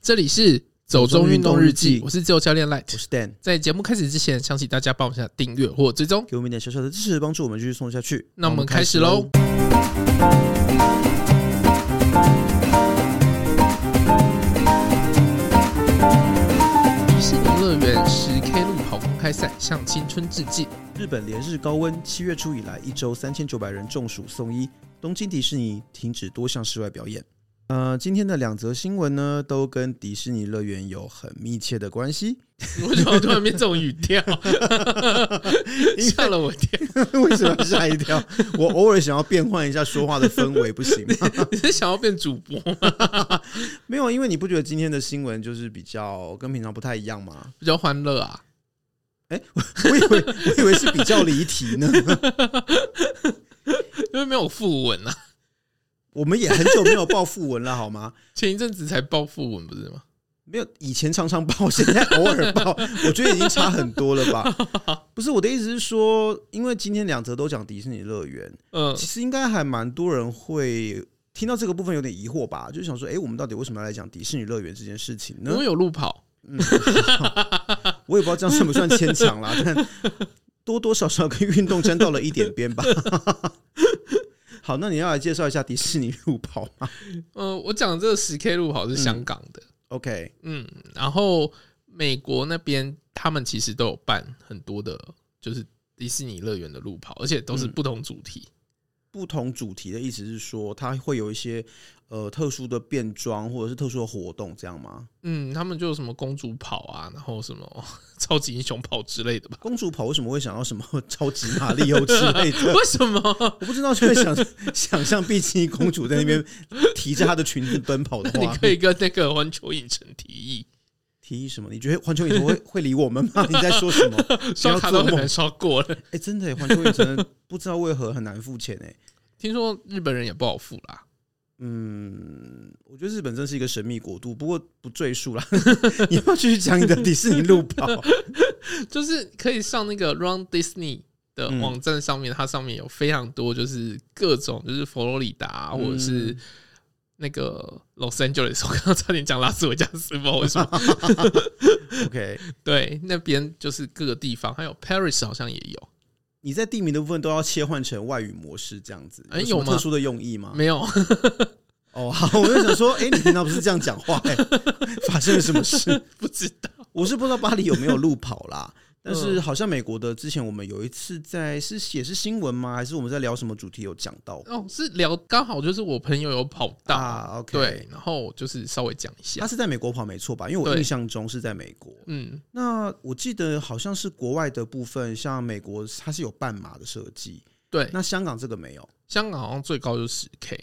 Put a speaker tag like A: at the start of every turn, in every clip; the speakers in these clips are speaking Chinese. A: 这里是走中运动日记，我是自由教练
B: 我
A: Light。
B: 是 Dan，
A: 在节目开始之前，想请大家帮我一下订阅或追踪。
B: 给我们一点小小的支持，帮助我们继续送下去。
A: 那我们开始喽。。迪士尼乐园十 K 路跑公开赛向青春致敬。
B: 日本连日高温，七月初以来一周三千九百人中暑送医。东京迪士尼停止多项室外表演。呃，今天的两则新闻呢，都跟迪士尼乐园有很密切的关 系。
A: 为什么突然变这种语 调？吓了我一跳！
B: 为什么吓一跳？ 我偶尔想要变换一下说话的氛围，不行 吗？
A: 你是想要变主播吗？
B: 没有，因为你不觉得今天的新闻就是比较跟平常不太一样吗？
A: 比较欢乐啊！
B: 我以为我以为是比较离题呢。
A: 因为没有副文啊，
B: 我们也很久没有报副文了，好吗？
A: 前一阵子才报副文不是吗？
B: 没有，以前常常报，现在偶尔报， 我觉得已经差很多了吧？不是我的意思是说，因为今天两则都讲迪士尼乐园，
A: 嗯，
B: 其实应该还蛮多人会听到这个部分有点疑惑吧，就想说，哎、我们到底为什么要来讲迪士尼乐园这件事情
A: 我
B: 呢？
A: 们有路跑，
B: 嗯，我也不知道这样算不算牵强啦，但多多少少跟运动沾到了一点边吧。 好，那你要来介绍一下迪士尼路跑吗
A: 呃，我讲的这个十 K 路跑是香港的，
B: ？OK，
A: 嗯然后美国那边他们其实都有办很多的，就是迪士尼乐园的路跑，而且都是不同主题，
B: 不同主题的意思是说，它会有一些呃特殊的变装或者是特殊的活动，这样吗？
A: 嗯，他们就有什么公主跑啊，然后什么 超级英雄跑之类 的吧？
B: 公主跑为什么会想到什么 超级马里奥之 类的？
A: 为什么？
B: 我不知道，就会想想象碧琪公主在那边提着她的裙子奔跑的
A: 你
B: 话，
A: 可以跟那个环球影城提议，
B: 提议什么？你觉得环球影城会会理我们吗？你在说什么？ 不
A: 刷
B: 要
A: 卡
B: 做
A: 都很
B: 梦
A: 难刷过了。
B: 哎、真的耶，环球影城不知道为何很难付钱哎。
A: 听说日本人也不好付啦，
B: 嗯，我觉得日本真是一个神秘国度，不过不赘述啦。 你要不要继续讲你的迪士尼路跑？
A: 就是可以上那个 Run Disney 的
B: 嗯
A: 网站上面，它上面有非常多就是各种就是佛罗里达啊或者是那个 Los Angeles，我刚刚差点讲拉斯维加斯，不知道为 什么。
B: 嗯 OK，
A: 对，那边就是各个地方，还有 Paris 好像也有，
B: 你在地名的部分都要切换成外语模式这样子，
A: 哎
B: 什么
A: 有吗
B: 特殊的用意吗？
A: 没有
B: 哦，好，我就想说，哎、你平常不是这样讲话、哎，发生了什么事？
A: 不知道。
B: 我是不知道巴黎有没有路跑 啦，但是
A: 嗯
B: 好像美国的之前我们有一次在是也是新闻吗？还是我们在聊什么主题有讲到
A: 哦，是聊刚好就是我朋友有跑到，
B: 啊？OK，
A: 对，，然后我就是稍微讲一下
B: 他，是在美国跑没错吧？因为我
A: 对
B: 印象中是在美国。
A: 嗯，
B: 那我记得好像是国外的部分，像美国它是有半马的设计，
A: 对，
B: 那香港这个没有，
A: 香港好像最高就十 K。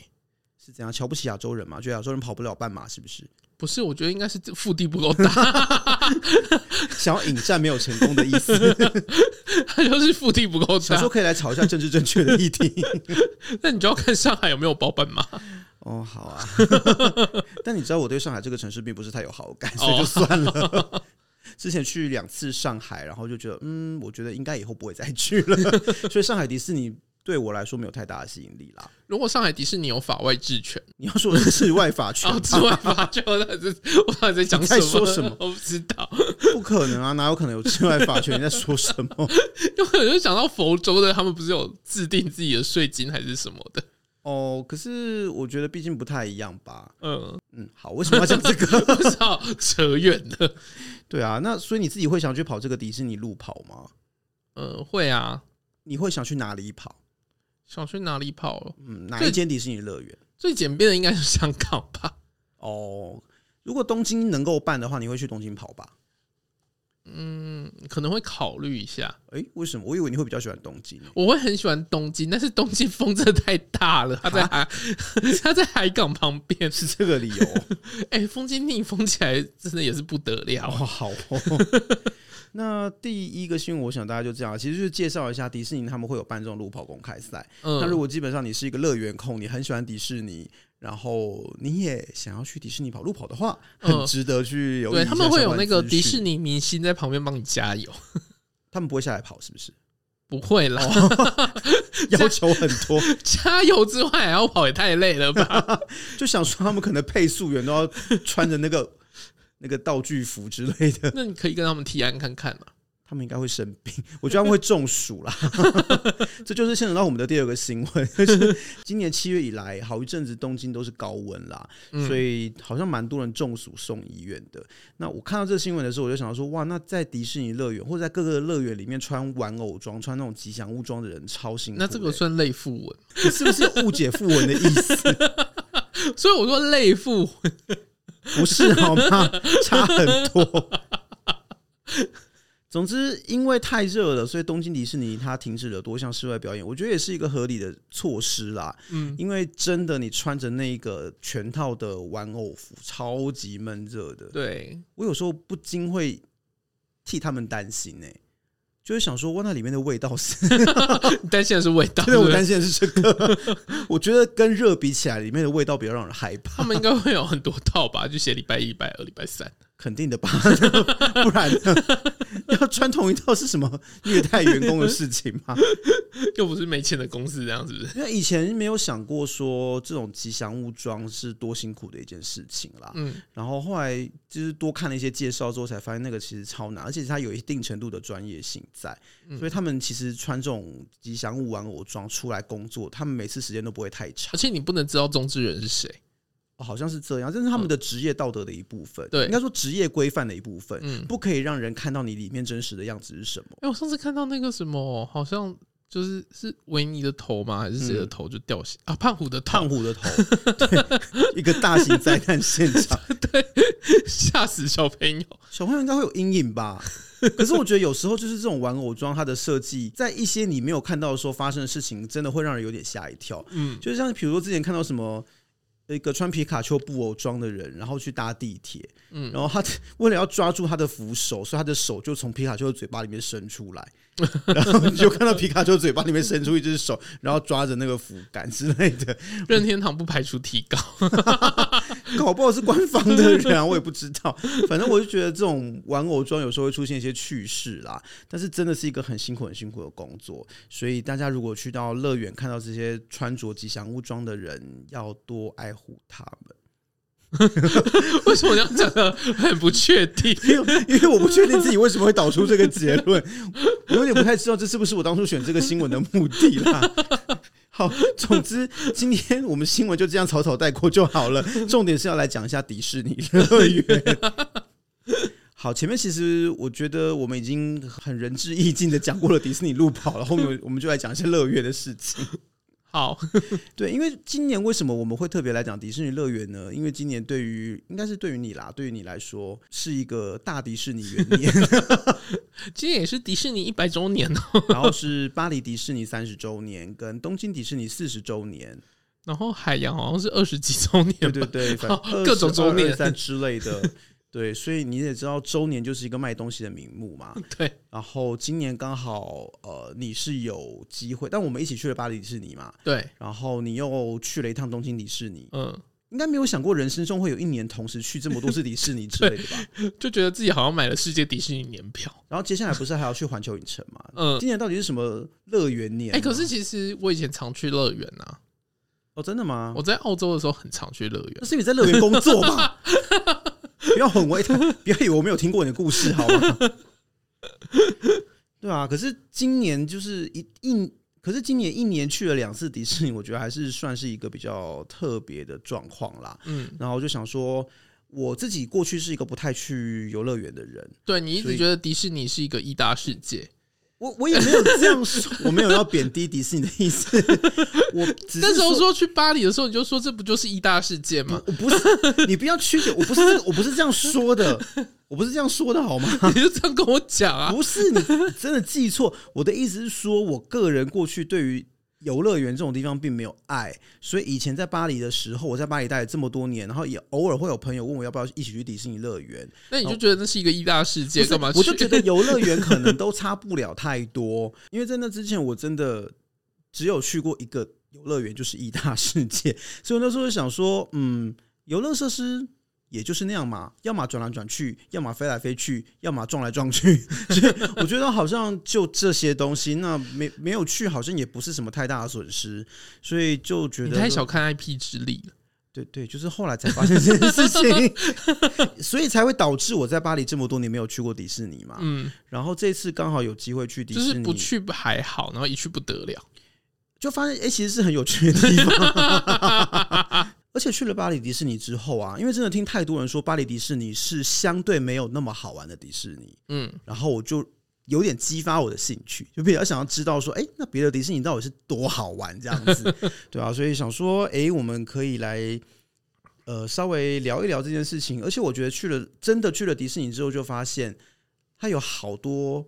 B: 是怎样瞧不起亚洲人嘛？觉得亚洲人跑不了半马是不是？
A: 不是，我觉得应该是腹地不够大，
B: 想要引战没有成功的意思，
A: 它就是腹地不够
B: 想
A: 大
B: 说。可以来吵一下政治正确的议题。
A: 那你就要看上海有没有包办嘛。
B: 哦，好啊， 但你知道我对上海这个城市并不是太有好感，所以就算了。 之前去两次上海，然后就觉得，嗯，我觉得应该以后不会再去了， 所以上海迪士尼对我来说没有太大的吸引力啦。
A: 如果上海迪士尼有法外治权，
B: 你要说的是外法权
A: 哦，
B: 吗，
A: 治外法 权，我到底是我到底在讲
B: 你
A: 什
B: 在
A: 么？
B: 说什么
A: 我不知道，
B: 不可能啊，哪有可能有治外法权？你在说什么？
A: 因为我就想到佛州的，他们不是有制定自己的税金还是什么的？
B: 哦，可是我觉得毕竟不太一样吧。
A: 嗯，
B: 嗯，好，为什么要讲这个？
A: 不知道，扯远了。
B: 对啊，那所以你自己会想去跑这个迪士尼路跑吗？
A: 嗯，会啊，
B: 你会想去哪里跑？
A: 想去哪里跑了？
B: 嗯，哪一间迪士尼乐园？
A: 最简便的应该是香港吧。
B: 哦，如果东京能够办的话，你会去东京跑吧？
A: 嗯，可能会考虑一下。
B: 诶，为什么？我以为你会比较喜欢东京。
A: 我会很喜欢东京，但是东京风真的太大了，它在海，它在海港旁边，
B: 是这个理 由
A: 哎、风经逆风起来真的也是不得了
B: 哦，
A: 啊。
B: 好哦。 那第一个新闻，我想大家就这样，其实就是介绍一下迪士尼他们会有办这种路跑公开赛。
A: 嗯，
B: 那如果基本上你是一个乐园控，你很喜欢迪士尼，然后你也想要去迪士尼跑路跑的话，很
A: 嗯
B: 值得去留意一
A: 对
B: 下
A: 他们会
B: 相
A: 有
B: 关
A: 那个
B: 资
A: 迪
B: 讯哦
A: 士，尼明星在旁边帮你加油，
B: 他们不会下来跑，是不是？
A: 不会啦，
B: 哦 要求很多，
A: 加油之外还要跑也太累了吧？
B: 就想说他们可能配速员都要穿着那个 那个道具服之类的，
A: 那你可以跟他们提案看看嘛。
B: 他们应该会生病，我觉得他们会中暑 啦。这就是牵扯到我们的第二个新闻， 就是今年七月以来，好一阵子东京都是高温啦，
A: 嗯
B: 所以好像蛮多人中暑送医院的。那我看到这个新闻的时候，我就想到说，哇，那在迪士尼乐园或者在各个乐园里面穿玩偶装、穿那种吉祥物装的人超辛苦的、
A: 那这个算类附文，
B: 你是不是误解附文的意思？
A: 所以我说类附文
B: 不是好吗？差很多。 总之，因为太热了，所以东京迪士尼它停止了多项室外表演，我觉得也是一个合理的措施啦。
A: 嗯，
B: 因为真的，你穿着那个全套的玩偶服，超级闷热的。
A: 对，
B: 我有时候不禁会替他们担心呢、就是想说，哇，那里面的味道是，
A: 你担心的是 味道，
B: 真
A: 对
B: 的
A: 不
B: 我
A: 对
B: 担心的是这个。我觉得跟热比起来，里面的味道比较让人害怕。
A: 他们应该会有很多套吧，就写礼拜一、礼拜二、礼拜三。
B: 肯定的吧， 不然呢 要穿同一套是什么虐待员工的事情吗？
A: 又不是没钱的公司，这样是不是？
B: 因为以前没有想过说这种吉祥物装是多辛苦的一件事情啦。
A: 嗯，
B: 然后后来就是多看了一些介绍之后，才发现那个其实超难，而且它有一定程度的专业性在，所以他们其实穿这种吉祥物玩偶装出来工作，他们每次时间都不会太长
A: 而。且你不能知道中之人是谁。
B: 哦好像是这样，这是他们的职业道德的一部分，
A: 对
B: 应该说职业规范的一部分，
A: 嗯，
B: 不可以让人看到你里面真实的样子是什么。
A: 哎、我上次看到那个什么，好像就是是维尼的头吗？还是谁的
B: 嗯
A: 头就掉下、啊？胖虎的
B: 胖
A: 头，
B: 虎的头，对，一个大型灾难 现场，
A: 吓死小朋 友。
B: 小朋友应该会有阴影吧？可是我觉得有时候就是这种玩偶装，它的设计在一些你没有看到的时候发生的事情，真的会让人有点吓一跳。
A: 嗯，
B: 就像比如说之前看到什么。呃一个穿皮卡丘布偶装的人，然后去搭地铁，
A: 嗯
B: 然后他为了要抓住他的扶手，所以他的手就从皮卡丘的嘴巴里面伸出来， 然后你就看到皮卡丘嘴巴里面伸出一只手，然后抓着那个扶杆之类的，
A: 任天堂不排除提高。
B: 搞不好是官方的人啊，我也不知道。 反正我就觉得这种玩偶装有时候会出现一些趣事啦，但是真的是一个很辛苦、很辛苦的工作。所以大家如果去到乐园看到这些穿着吉祥物装的人，要多爱护他们。
A: 为什么要讲的很不确定？
B: 因为因为我不确定自己为什么会导出这个结论， 我有点不太知道这是不是我当初选这个新闻的目的啦。 好，总之今天我们新闻就这样草草带过就好了。重点是要来讲一下迪士尼乐园。 好，前面其实我觉得我们已经很仁至义尽的讲过了迪士尼路跑了，后面我们就来讲一些乐园的事情。
A: 好，
B: 对，因为今年为什么我们会特别来讲迪士尼乐园呢？因为今年对于应该是对于你啦，对于你来说是一个大迪士尼元年，
A: 今天也是迪士尼一百周年哦，
B: 然后是巴黎迪士尼三十周年跟东京迪士尼四十周年，
A: 然后海洋好像是二十几周年吧，
B: 对 对对，反正
A: 各种周年
B: 三之类的。对，所以你也知道，周年就是一个卖东西的名目嘛。
A: 对
B: 然后今年刚好，呃，你是有机会，但我们一起去了巴黎迪士尼嘛，
A: 对，
B: 然后你又去了一趟东京迪士尼，
A: 嗯，
B: 应该没有想过人生中会有一年同时去这么多次迪士尼之类的吧？
A: 就觉得自己好像买了世界迪士尼年票。
B: 然后接下来不是还要去环球影城嘛？
A: 嗯，
B: 今年到底是什么乐园年
A: 哎、
B: 呢？
A: 可是其实我以前常去乐园啊，
B: 哦，真的吗？
A: 我在澳洲的时候很常去乐园
B: 那。是你在乐园工作吧？ 不要混为一谈，不要以为我没有听过你的故事，好吗？ 对啊，可是今年就是一一，可是今年一年去了两次迪士尼，我觉得还是算是一个比较特别的状况啦。
A: 嗯，
B: 然后我就想说，我自己过去是一个不太去游乐园的人，
A: 对你一
B: 所
A: 直
B: 以
A: 觉得迪士尼是一个一大世界，
B: 我我也没有这样说， 我没有要贬低迪士尼的意思， 我只
A: 那
B: 是
A: 时候说去巴黎的时候，你就说这不就是一大世界 吗？
B: 我不是，你不要曲解，我不是这个我不是这样说的，我不是这样说的好吗？
A: 你就这样跟我讲啊？
B: 不是你真的记错，我的意思是说，我个人过去对于游乐园这种地方并没有爱，所以以前在巴黎的时候，我在巴黎待了这么多年，然后也偶尔会有朋友问我要不要一起去迪士尼乐园，
A: 那你就觉得那是一个一大世界，
B: 哦不是
A: 干嘛去？
B: 我就觉得游乐园可能都差不了太多， 因为在那之前我真的只有去过一个游乐园，就是义大世界， 所以我那时候就想说，嗯，游乐设施。也就是那样嘛，要么转来转去，要么飞来飞去，要么撞来撞去。 所以我觉得好像就这些东西，那没没有去好像也不是什么太大的损失，所以就觉
A: 你
B: 得
A: 太小看 IP 之力了。
B: 对对，就是后来才发现这件事情， 所以才会导致我在巴黎这么多年没有去过迪士尼嘛。
A: 嗯，
B: 然后这次刚好有机会去啊迪
A: 就
B: 士
A: 是
B: 尼，
A: 不去还好，然后一去不得了。
B: 就发现哎、诶其实是很有趣的地方。 而且去了巴黎迪士尼之后啊，因为真的听太多人说巴黎迪士尼是相对没有那么好玩的迪士尼，
A: 嗯，
B: 然后我就有点激发我的兴趣，就比较想要知道说，哎、那别的迪士尼到底是多好玩这样 子，对啊，所以想说，哎、我们可以来呃稍微聊一聊这件事情。而且我觉得去了真的去了迪士尼之后，就发现它有好多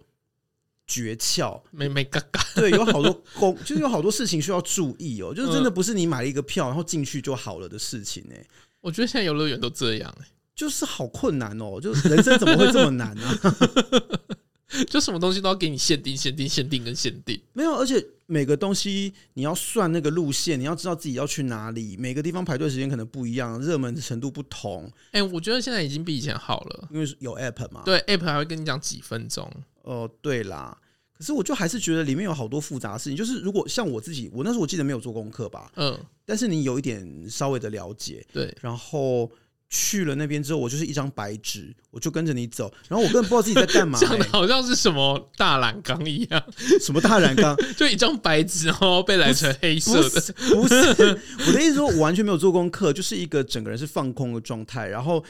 B: 诀窍，
A: 没没嘎嘎，
B: 对，有好多公，就是有好多事情需要注意哦，就是真的不是你买了一个票然后进去就好了的事情哎、
A: 我觉得现在游乐园都这样、欸，
B: 就是好困难哦，就是人生怎么会这么难啊呢、
A: 就什么东西都要给你限定、限定、限定跟限定。
B: 没有，而且每个东西你要算那个路线，你要知道自己要去哪里，每个地方排队时间可能不一样，热门的程度不同，
A: 哎、我觉得现在已经比以前好了。
B: 因为有 app 嘛。，
A: 对，App 还会跟你讲几分钟。
B: 哦、对啦。可是我就还是觉得里面有好多复杂的事情，就是如果像我自己，我那时候我记得没有做功课吧，
A: 嗯，
B: 但是你有一点稍微的了解，
A: 对，
B: 然后去了那边之后，我就是一张白纸，我就跟着你走，然后我根本不知道自己在干 嘛、
A: 讲的
B: 欸
A: 好像是什么大染缸一样，
B: 什么大染缸？
A: 就一张白纸，然后被染成黑色
B: 不
A: 的。
B: 是，不是，我的意思说，我完全没有做功课，就是一个整个人是放空的状态，然后。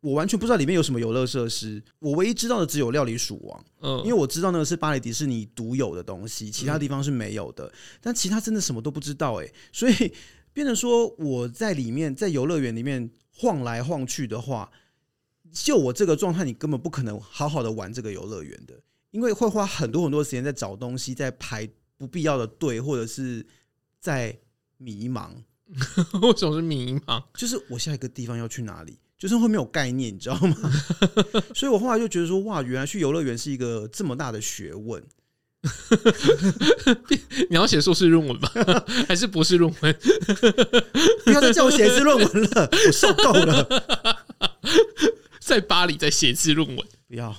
B: 我完全不知道里面有什么游乐设施，我唯一知道的只有料理鼠王，
A: 嗯，
B: 因为我知道那个是巴黎迪士尼独有的东西，其他地方是没有的。但其他真的什么都不知道哎、所以变成说我在里面在游乐园里面晃来晃去的话，就我这个状态，你根本不可能好好的玩这个游乐园的，因为会花很多很多时间在找东西，在排不必要的队，或者是在迷茫，
A: 为什么是迷茫？
B: 就是我下一个地方要去哪里。就是会没有概念，你知道吗？ 所以我后来就觉得说，哇，原来去游乐园是一个这么大的学问。
A: 你要写硕士论文吧， 还是博士论文？
B: 不要再叫我写一次论文了，我受够了。
A: 在巴黎再写一次论文？
B: 不要，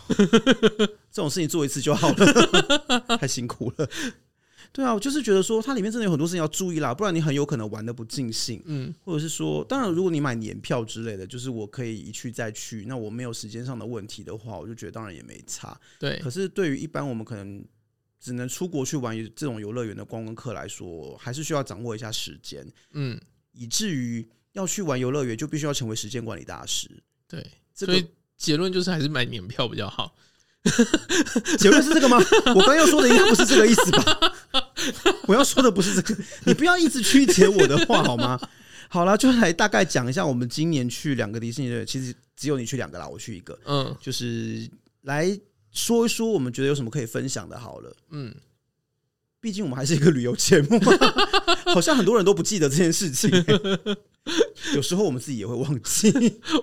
B: 这种事情做一次就好了， 太辛苦了。对啊，我就是觉得说，它里面真的有很多事情要注意啦，不然你很有可能玩的不尽兴，
A: 嗯，
B: 或者是说，当然如果你买年票之类的，就是我可以一去再去，那我没有时间上的问题的话，我就觉得当然也没差。
A: 对
B: 可，是对于一般我们可能只能出国去玩这种游乐园的观光客来说，还是需要掌握一下时间，
A: 嗯，
B: 以至于要去玩游乐园就必须要成为时间管理大师。
A: 对。
B: 这
A: 所
B: 个
A: 以结论就是还是买年票比较好。
B: 结论是这个吗？我刚要说的应该不是这个意思吧？我要说的不是这个，你不要一直曲解我的话好吗？好了，就来大概讲一下我们今年去两个迪士尼的，其实只有你去两个啦，我去一个，
A: 嗯
B: 就是来说一说我们觉得有什么可以分享的。好了，
A: 嗯，
B: 毕竟我们还是一个旅游节目嘛，好像很多人都不记得这件事情、欸有时候我们自己也会忘记。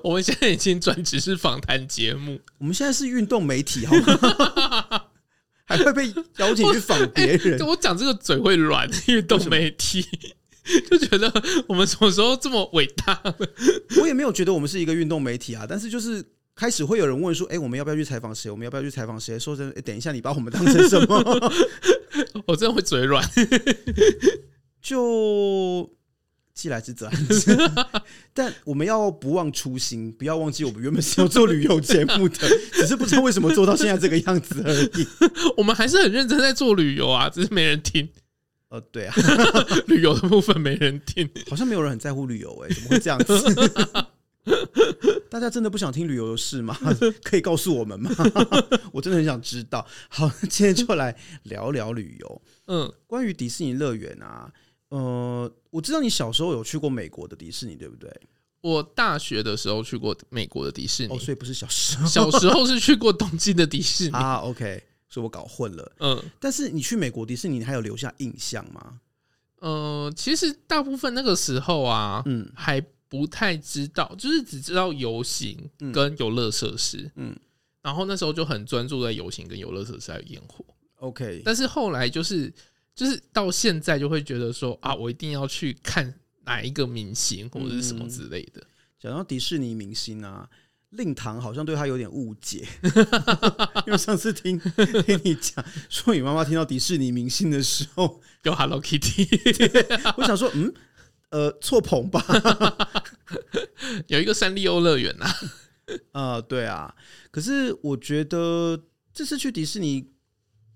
A: 我们现在已经转职是访谈节目，
B: 我们现在是运动媒体，好吗？ 还会被邀请去访别人
A: 就，我讲这个嘴会软，运动媒体 就觉得我们什么时候这么伟大？
B: 我也没有觉得我们是一个运动媒体啊，但是就是开始会有人问说，哎、我们要不要去采访谁？我们要不要去采访谁？说真的，诶等一下，你把我们当成什么？
A: 我真的会嘴软。
B: 就既来之则安之。但我们要不忘初心，不要忘记我们原本是要做旅游节目的，只是不知道为什么做到现在这个样子而已。
A: 我们还是很认真在做旅游啊，只是没人听
B: 呃，对啊，
A: 旅游的部分没人听。
B: 好像没有人很在乎旅游，哎，怎么会这样子？大家真的不想听旅游的事吗？ 可以告诉我们吗？ 我真的很想知道。好， 今天就来聊聊旅游。
A: 嗯，
B: 关于迪士尼乐园啊，呃，我知道你小时候有去过美国的迪士尼，对不对？
A: 我大学的时候去过美国的迪士尼，
B: 哦，所以不是小时候
A: 小时候是去过东京的迪士尼。
B: 啊，OK，所以我搞混了。
A: 嗯
B: 但是你去美国迪士尼，你还有留下印象吗？
A: 呃，其实大部分那个时候啊，
B: 嗯
A: 还不太知道，就是只知道游行
B: 嗯
A: 跟游乐设施。
B: 嗯
A: 然后那时候就很专注在游行跟游乐设施还有烟火，
B: ，OK，
A: 但是后来就是就是到现在就会觉得说啊，我一定要去看哪一个明星或者是什
B: 嗯
A: 么之类的。
B: 讲到迪士尼明星啊，令堂好像对他有点误解，因为上次听听你讲说你妈妈听到迪士尼明星的时候，
A: 有 Hello Kitty，
B: 我想说，嗯。呃，错棚吧？
A: 有一个三丽鸥乐园啊，
B: 呃，对啊。可是我觉得这次去迪士尼，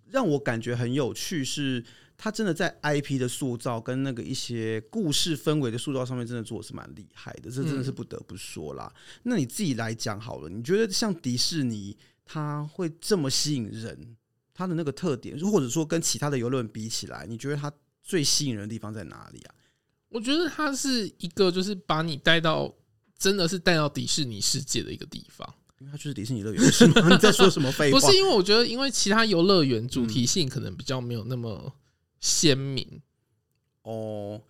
B: 让我感觉很有趣是。他真的在 IP 的塑造跟那个一些故事氛围的塑造上面，真的做的是蛮厉害的，这真
A: 嗯
B: 的是不得不说啦。那你自己来讲好了，你觉得像迪士尼，它会这么吸引人，它的那个特点，或者说跟其他的游乐园比起来，你觉得它最吸引人的地方在哪里啊？
A: 我觉得它是一个就是把你带到真的是带到迪士尼世界的一个地方。
B: 因为它就是迪士尼乐园，是吗？ 你在说什么废
A: 不
B: 话？
A: 是因为我觉得，因为其他游乐园
B: 嗯
A: 主题性可能比较没有那么鲜明。
B: 哦，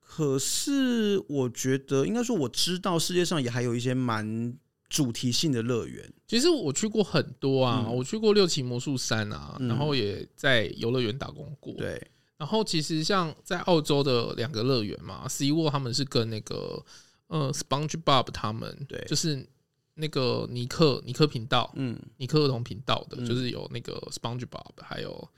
B: 可是我觉得，应该说我知道世界上也还有一些蛮主题性的乐园。
A: 其实我去过很多啊，
B: 嗯
A: 我去过六旗魔术山啊，
B: 嗯
A: 然后也在游乐园打工过。，
B: 对，
A: 然后其实像在澳洲的两个乐园嘛，Sea World 他们是跟那个呃 SpongeBob 他们，
B: 对
A: 就是那个尼克尼克频道、
B: 嗯
A: 尼克儿童频道的，
B: 嗯
A: 就是有那个 SpongeBob，还有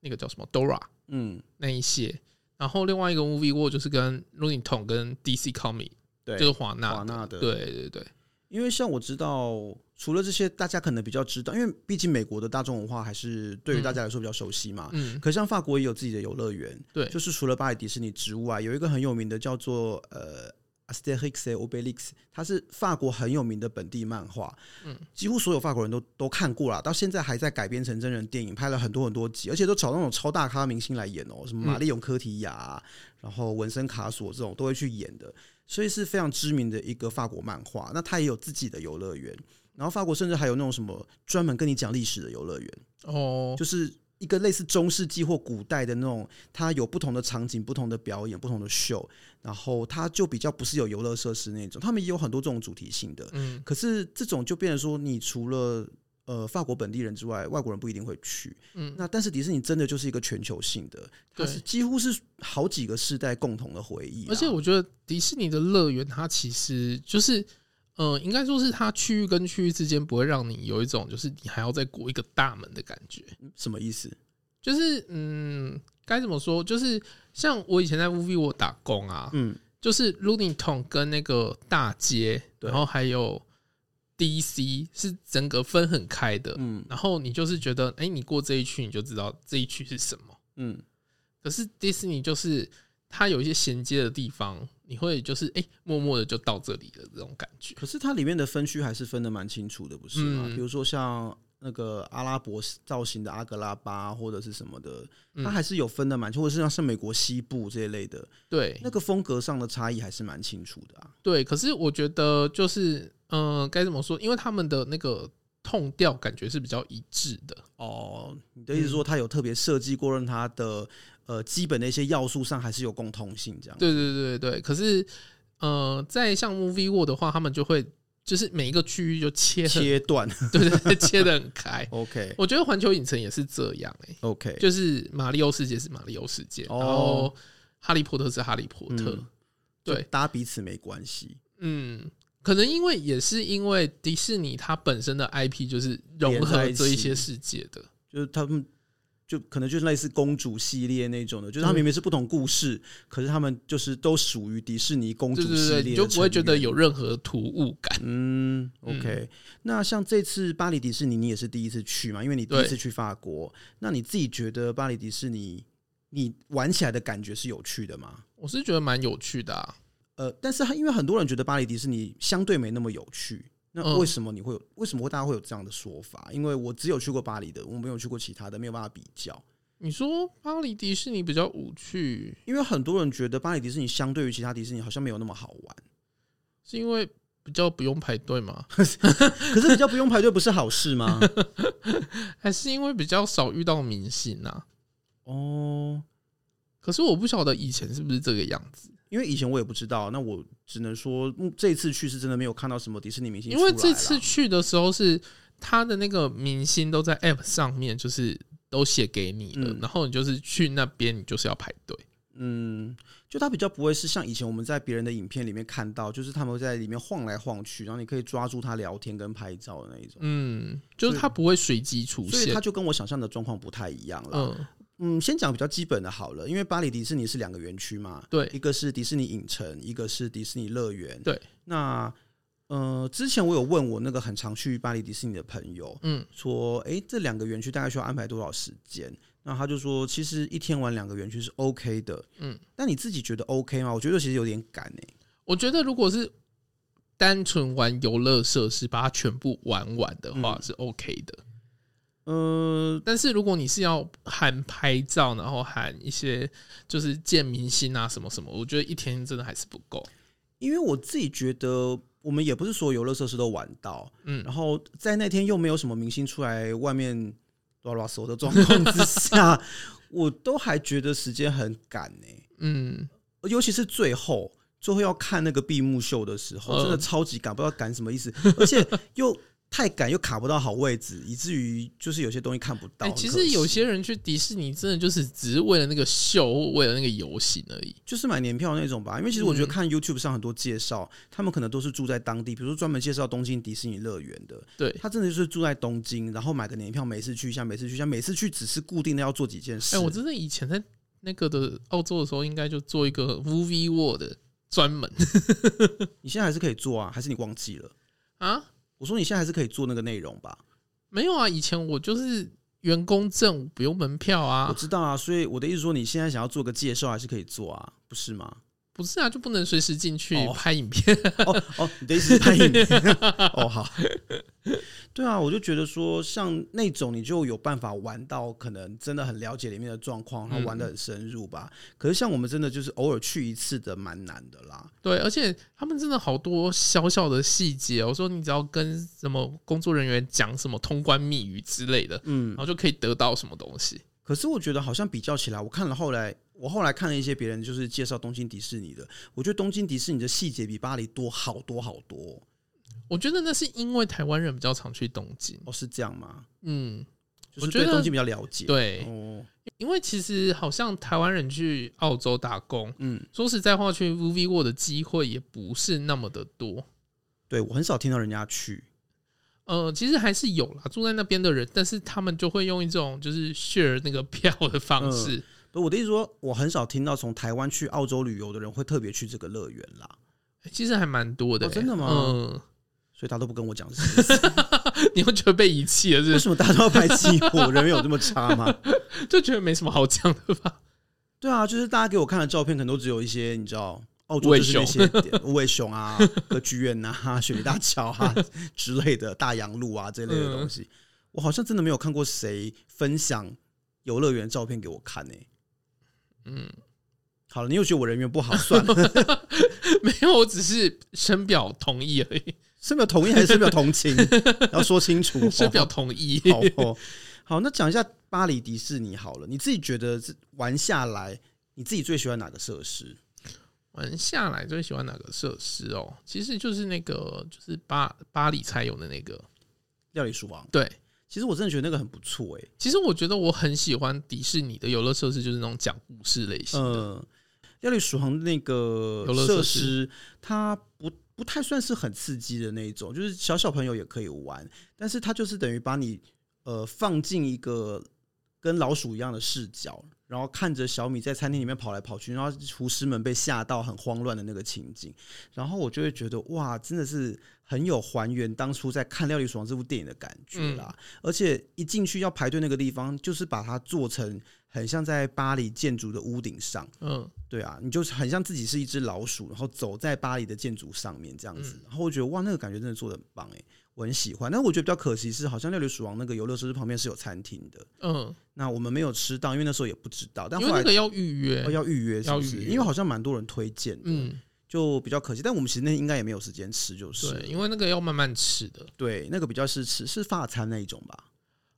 A: 那个叫什么 Dora
B: 嗯，
A: 那一些。然后另外一个 Movie World 就是跟 Looney t o n 跟 DC Comic
B: 对，
A: 就是华纳
B: 华纳的。
A: 对对对，
B: 因为像我知道，除了这些，大家可能比较知道，因为毕竟美国的大众文化还是对于大家来说比较熟悉嘛。
A: 嗯，
B: 可像法国也有自己的游乐园，
A: 对
B: 啊就是除了巴黎迪士尼之外，有一个很有名的叫做呃 Asterix o b e l i x 它是法国很有名的本地漫画，
A: 嗯，
B: 几乎所有法国人都都看过啦，到现在还在改编成真人电影，拍了很多很多集，而且都找那种超大咖明星来演哦，什
A: 嗯
B: 么玛丽永科提亚啊、然后文森卡索这种都会去演的，所以是非常知名的一个法国漫画。那它也有自己的游乐园，然后法国甚至还有那种什么专门跟你讲历史的游乐园。
A: 哦，
B: 就是一个类似中世纪或古代的那种，它有不同的场景、不同的表演、不同的秀，然后它就比较不是有游乐设施那种，他们也有很多这种主题性的。
A: 嗯，
B: 可是这种就变成说，你除了呃法国本地人之外，外国人不一定会去。
A: 嗯
B: 那但是迪士尼真的就是一个全球性的，它是
A: 对
B: 几乎是好几个世代共同的回忆啊、
A: 而且我觉得迪士尼的乐园它其实就是，呃，应该说是它区域跟区域之间不会让你有一种就是你还要再过一个大门的感觉，
B: 什么意思？
A: 就是嗯，该怎么说？就是像我以前在 Movie 我打工啊，
B: 嗯，
A: 就是 Looney t o n 跟那个大街，
B: 对
A: 然后还有 DC 是整个分很开的，
B: 嗯
A: 然后你就是觉得，哎、你过这一区你就知道这一区是什么。
B: 嗯
A: 可是迪士尼就是它有一些衔接的地方，你会就是哎、诶默默的就到这里了这种感觉。
B: 可是它里面的分区还是分的蛮清楚的，不是吗？
A: 嗯
B: 比如说像那个阿拉伯造型的阿格拉巴或者是什么的，
A: 嗯
B: 它还是有分的蛮清，或者是像是美国西部这一类的，
A: 对
B: 那个风格上的差异还是蛮清楚的啊。
A: 对，可是我觉得就是嗯，呃该、怎么说？因为他们的那个痛调感觉是比较一致的。
B: 哦，你的意思说它有特别设计过，让它的呃基本的一些要素上还是有共通性这样？
A: 对对对对对。可是呃，在像 Movie World 的话，他们就会就是每一个区域就切很
B: 切断
A: 对对对切的很开。
B: ，OK
A: 我觉得环球影城也是这样哎、诶
B: OK，
A: 就是马里奥世界是马里奥世界，
B: 哦
A: 然后哈利波特是哈利波特，
B: 嗯
A: 对，
B: 大家彼此没关系，
A: 嗯，可能因为也是因为迪士尼它本身的 IP 就是融
B: 连在
A: 合
B: 一起
A: 这一些世界的，
B: 就是他们就可能就是类似公主系列那种的，
A: 嗯
B: 就是他明明是不同故事，可是他们就是都属于迪士尼公主
A: 对
B: 系
A: 对
B: 列
A: 对，
B: 的
A: 你就不会觉得
B: 成员。
A: 有任何突兀感。
B: 嗯，OK，那像这次巴黎迪士尼，你也是第一次去嘛？因为你第一
A: 对
B: 次去法国，那你自己觉得巴黎迪士尼，你玩起来的感觉是有趣的吗？
A: 我是觉得蛮有趣的啊，
B: 呃，但是它因为很多人觉得巴黎迪士尼相对没那么有趣，那
A: 嗯
B: 为什么你会有？为什么会大家会有这样的说法？因为我只有去过巴黎的，我没有去过其他的，没有办法比较。
A: 你说巴黎迪士尼比较无趣，
B: 因为很多人觉得巴黎迪士尼相对于其他迪士尼好像没有那么好玩，
A: 是因为比较不用排队吗？
B: 可是比较不用排队不是好事吗？
A: 还是因为比较少遇到明星啊？
B: 哦，
A: 可是我不晓得以前是不是这个样子，
B: 因为以前我也不知道，那我只能说嗯这次去是真的没有看到什么迪士尼明星
A: 因
B: 出来啦，啊
A: 为这次去的时候是他的那个明星都在 App 上面，就是都写给你了，
B: 嗯
A: 然后你就是去那边，你就是要排队。
B: 嗯，就它比较不会是像以前我们在别人的影片里面看到，就是他们会在里面晃来晃去，然后你可以抓住他聊天跟拍照的那一种，
A: 嗯，就是它不会随机出
B: 所以
A: 现
B: 它。就跟我想象的状况不太一样了。
A: 嗯，
B: 嗯，先讲比较基本的好了，因为巴黎迪士尼是两个园区嘛，
A: 对
B: 一个是迪士尼影城，一个是迪士尼乐园。
A: 对，
B: 那呃，之前我有问我那个很常去巴黎迪士尼的朋友，
A: 嗯，
B: 说，诶，这两个园区大概需要安排多少时间？那他就说，其实一天玩两个园区是 OK 的，
A: 嗯，
B: 但你自己觉得 OK 吗？我觉得其实有点赶欸诶、
A: 我觉得如果是单纯玩游乐设施，把它全部玩完的话、
B: 嗯
A: 是 OK 的。
B: 呃，
A: 但是如果你是要含拍照，然后含一些就是见明星啊什么什么，我觉得一天真的还是不够。
B: 因为我自己觉得，我们也不是所有游乐设施都玩到，
A: 嗯
B: 然后在那天又没有什么明星出来外面拉拉手的状况之下， 我都还觉得时间很赶欸呢、
A: 嗯，
B: 尤其是最后。最后要看那个闭幕秀的时候，
A: 嗯
B: 真的超级赶，不知道赶什么意思， 而且又太赶，又卡不到好位置，以至于就是有些东西看不到。
A: 哎、
B: 很
A: 其
B: 可
A: 实有
B: 惜
A: 些人去迪士尼真的就是只是为了那个秀或为了那个游行而已。
B: 就是买年票那种吧，因为其实我觉得
A: 嗯
B: 看 YouTube 上很多介绍，他们可能都是住在当地，比如说专门介绍东京迪士尼乐园的，
A: 对，
B: 他真的就是住在东京，然后买个年票，每次去一下，每次去一下，每次去只是固定的要做几件事。
A: 哎、我真的以前在那个的澳洲的时候，应该就做一个 Movie World 专门
B: 你现在还是可以做啊，还是你忘记了？
A: 啊，
B: 我说你现在还是可以做那个内容吧？
A: 没有啊，以前我就是员工证，我不用门票
B: 我
A: 啊，
B: 知道啊，所以我的意思说，你现在想要做个介绍，还是可以做啊，不是吗？
A: 不是啊，就不能随时进去
B: 哦
A: 拍影片。
B: 哦哦，你的意思是拍影片？哦，好。对啊，我就觉得说，像那种你就有办法玩到，可能真的很了解里面的状况，然后玩的很深入
A: 嗯
B: 吧。可是像我们真的就是偶尔去一次的，蛮难的啦。
A: 对，而且他们真的好多小小的细节哦，我说你只要跟什么工作人员讲什么通关密语之类的，
B: 嗯
A: 然，后就可以得到什么东西。
B: 可是我觉得好像比较起来，我看了后来，我后来看了一些别人就是介绍东京迪士尼的，我觉得东京迪士尼的细节比巴黎多好多好多。
A: 我觉得那是因为台湾人比较常去东京，
B: 哦，是这样吗？
A: 嗯，
B: 就是
A: 我觉
B: 对
A: 得
B: 东京比较了解。，
A: 对，
B: 哦，
A: 因为其实好像台湾人去澳洲打工，
B: 嗯，
A: 说实在话，去 UV World 的机会也不是那么的多。
B: 对我很少听到人家去。
A: 呃，其实还是有啦，住在那边的人，但是他们就会用一种就是 share 那个票的方式。
B: 不，我的意思说，我很少听到从台湾去澳洲旅游的人会特别去这个乐园啦，
A: 其实还蛮多的、
B: 哦真的吗
A: 嗯，
B: 所以他都不跟我讲是什么意思
A: 你会觉得被遗弃了，是
B: 为
A: 不是
B: 什么大家都要排挤我？人有这么差吗？
A: 就觉得没什么好讲的吧？
B: 对啊，就是大家给我看的照片，可能都只有一些你知道。澳洲
A: 喂
B: 就是那
A: 熊
B: 些点无尾熊啊、歌剧院啊、雪梨大桥啊之类的、大洋路啊这类的东西，我好像真的没有看过谁分享游乐园照片给我看呢、
A: 嗯，
B: 好了，你又觉得我人缘不好，算了，
A: 没有，我只是深表同意而已，
B: 深表同意还是深表同 情，要说清楚、哦。
A: 深表同意。
B: 好哦，好，那讲一下巴黎迪士尼好了，你自己觉得这玩下来，你自己最喜欢哪个设施？
A: 玩下来最喜欢哪个设施哦？其实就是那个，就是巴巴黎才有的那个。
B: 料理鼠王，
A: 对，
B: 其实我真的觉得那个很不错哎、
A: 其实我觉得我很喜欢迪士尼的游乐设施，就是那种讲故事类型。
B: 嗯，料理鼠王那个
A: 游乐
B: 设
A: 设施
B: 施，它不不太算是很刺激的那一种，就是小小朋友也可以玩，但是它就是等于把你呃放进一个跟老鼠一样的视角。然后看着小米在餐厅里面跑来跑去，然后厨师们被吓到很慌乱的那个情景，然后我就会觉得哇，真的是很有还原当初在看《料理鼠王》这部电影的感觉啦。而且一进去要排队那个地方，就是把它做成很像在巴黎建筑的屋顶上，
A: 嗯，
B: 对啊，你就是很像自己是一只老鼠，然后走在巴黎的建筑上面这样
A: 嗯
B: 子，然后我觉得哇，那个感觉真的做的很棒哎，我很喜欢。但我觉得比较可惜是，好像六里鼠王那个游乐设施旁边是有餐厅的，
A: 嗯，
B: 那我们没有吃到，因为那时候也不知道。但
A: 因
B: 后
A: 为
B: 来
A: 那、个要预约
B: 哦、。要预约是不是
A: 要预约
B: 因为好像蛮多人推荐的，
A: 嗯，
B: 就比较可惜。但我们其实那天应该也没有时间吃，就是
A: 对，因为那个要慢慢吃的，
B: 对那个比较是吃是法餐那一种吧，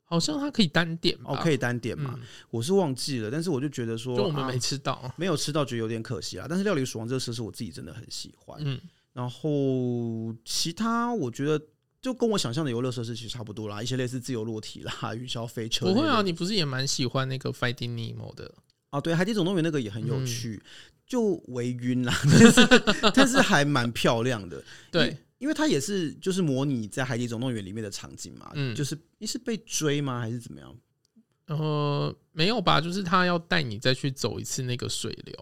A: 好像它可以单点吧。
B: 哦可以单点嘛，
A: 嗯，
B: 我是忘记了，但是我就觉得说
A: 就我们
B: 啊
A: 没吃到。
B: 没有吃到，觉得有点可惜啊。但是料理鼠王这个设施我自己真的很喜欢。
A: 嗯
B: 然后其他我觉得就跟我想象的游乐设施其实差不多啦，一些类似自由落体啦、 云霄飞车那
A: 不
B: 类的。
A: 会啊，你不是也蛮喜欢那个 Finding Nemo 的？
B: 啊，对，海底总动员那个也很有
A: 嗯
B: 趣，就微晕啦，但是但是还蛮漂亮的，
A: 对，
B: 因为它也是就是模拟在海底总动员里面的场景嘛，
A: 嗯
B: 就是你是被追吗还是怎么样？
A: 呃，没有吧？就是他要带你再去走一次那个水流，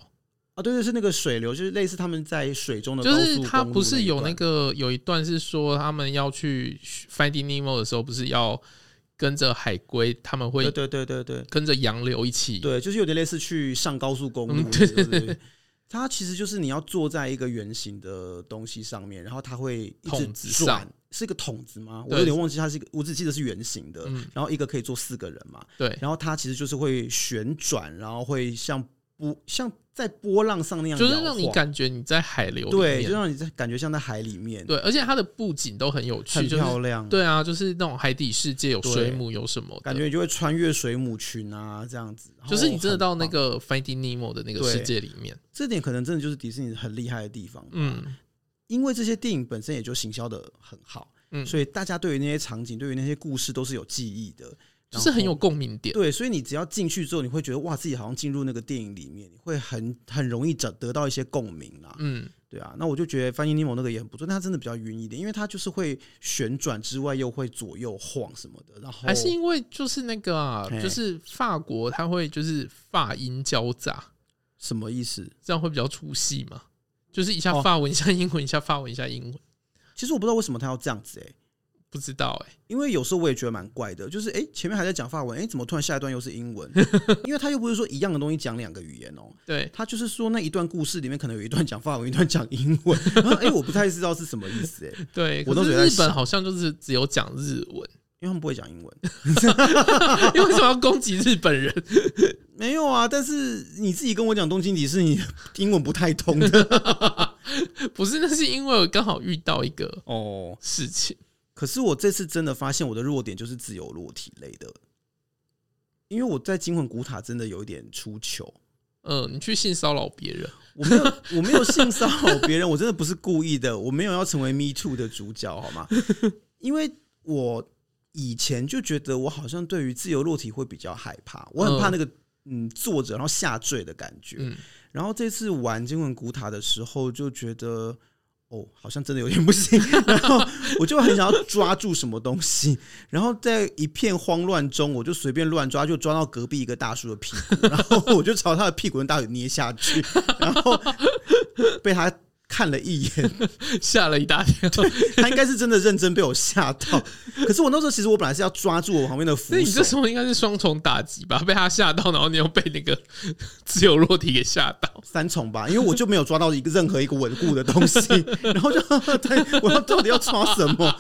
B: 啊，对对，是那个水流，就是类似他们在水中的高
A: 就
B: 速
A: 是他
B: 公路
A: 不是
B: 一
A: 有那
B: 段
A: 个有一段是说他们要去 Finding Nemo 的时候，不是要跟着海龟，他们会
B: 对对对对对
A: 跟着洋流一起。
B: 对，就是有点类似去上高速公路。
A: 嗯
B: 对对对，它其实就是你要坐在一个圆形的东西上面，然后它会一直
A: 筒子
B: 转
A: 上，
B: 是一个筒子吗？我
A: 对
B: 有点忘记它是一个，我只记得是圆形的
A: 嗯，
B: 然后一个可以坐四个人嘛，
A: 对，
B: 然后它其实就是会旋转，然后会像波像在波浪上那样摇
A: 就
B: 晃，
A: 是让你感觉你在海流里
B: 对，就
A: 面。
B: 让你在感觉像在海里面，
A: 对，而且它的布景都很有
B: 很
A: 趣，就是
B: 漂亮。
A: 对啊，就是那种海底世界有
B: 对
A: 水母有什么的，
B: 感觉你就会穿越水母群啊，这样子。然后
A: 就是你真的
B: 很
A: 到那
B: 棒
A: 个 Finding Nemo 的那个
B: 对
A: 世界里面，
B: 这点，可能真的就是迪士尼很厉害的地方。
A: 嗯，
B: 因为这些电影本身也就行销的很好，
A: 嗯
B: 所以大家对于那些场景、对于那些故事都是有记忆的，
A: 就
B: 然后
A: 是很有共鸣点。
B: 对。所以你只要进去之后，你会觉得哇，自己好像进入那个电影里面，你会很很容易找得到一些共鸣啦，
A: 嗯，
B: 对啊。那我就觉得《翻译尼莫》那个也很不错，但它真的比较晕一点，因为它就是会旋转之外又会左右晃什么的，然后
A: 还是因为就是那个啊，
B: 嘿
A: 就是法国，它会就是发音交杂，
B: 什么意思？
A: 这样会比较出戏嘛。就是一下
B: 哦
A: 法文，一下英文，一下法文，一下英文，
B: 其实我不知道为什么它要这样子哎、
A: 不知道哎、
B: 因为有时候我也觉得蛮怪的，就是诶前面还在讲法文，诶怎么突然下一段又是英文？ 因为他又不是说一样的东西讲两个语言哦，
A: 对，
B: 他就是说那一段故事里面可能有一段讲法文，一段讲英文， 然后哎诶我不太知道是什么意思哎诶，
A: 对，
B: 我
A: 可
B: 都
A: 是
B: 觉得
A: 日
B: 在
A: 本
B: 想
A: 好像就是只有讲日文，
B: 因为他们不会讲英文，
A: 因为为什么要攻击日本人？
B: 没有啊，但是你自己跟我讲东京迪士尼英文不太通的
A: 不是，那是因为我刚好遇到一个
B: 哦。
A: 事情，
B: 可是我这次真的发现我的弱点就是自由落体类的，因为我在惊魂古塔真的有一点出糗。
A: 嗯，你去性骚扰别人，
B: 我没有，我没有性骚扰别人，我真的不是故意的，我没有要成为 Me Too 的主角，好吗？因为我以前就觉得我好像对于自由落体会比较害怕，我很怕那个嗯坐着然后下坠的感觉。
A: 嗯
B: 然后这次玩金魂古塔的时候，就觉得哦，好像真的有点不行， 然后我就很想要抓住什么东西，然后在一片慌乱中，我就随便乱抓，就抓到隔壁一个大叔的屁股，然后我就朝他的屁股跟大腿捏下去，然后被他。看了一眼，
A: 吓了一大 跳。
B: 他应该是真的认真被我吓到。可是我那时候其实我本来是要抓住我旁边的扶
A: 那你这时
B: 手，
A: 候应该是双重打击吧？被他吓到，然后你又被那个 自由落体给吓到。
B: 三重吧，因为我就没有抓到一个任何一个稳固的东西，然后就 对，我要到底要抓什么，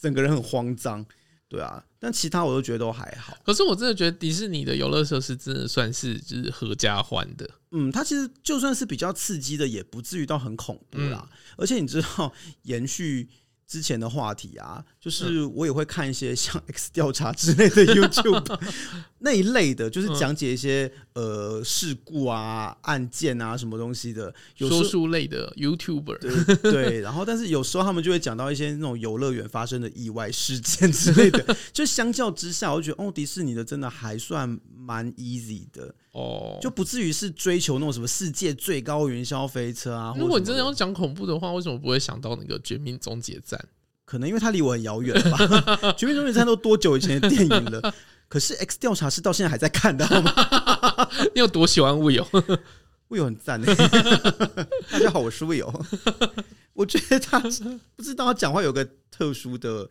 B: 整个人很慌张，对啊，但其他我都觉得都还好，
A: 可是我真的觉得迪士尼的游乐设施真的算是就是合家欢的，
B: 嗯，它其实就算是比较刺激的，也不至于到很恐怖啦，而且你知道，延续。之前的话题啊，就是我也会看一些像 X 调查之类的 YouTube 那一类的，就是讲解一些、呃事故啊、案件啊什么东西的。有时候
A: 说书类的 YouTuber。
B: 对对，然后但是有时候他们就会讲到一些那种游乐园发生的意外事件之类的，就相较之下，我就觉得哦，迪士尼的真的还算蛮 easy 的，
A: 哦，
B: 就不至于是追求那种什么世界最高云霄飞车啊。或
A: 如果
B: 者
A: 你
B: 什
A: 真
B: 么
A: 的要讲恐怖的话，为什么不会想到那个《绝命终结站
B: 可能因为它离我很遥远吧， 《绝命终结站》都多久以前的电影了？ 可是 X 调查是到现在还在看的，好吗？》？
A: 你有多喜欢物 游？
B: 魏友很赞 欸大家好，我是魏友。 我觉得他不知道他讲话有个特殊的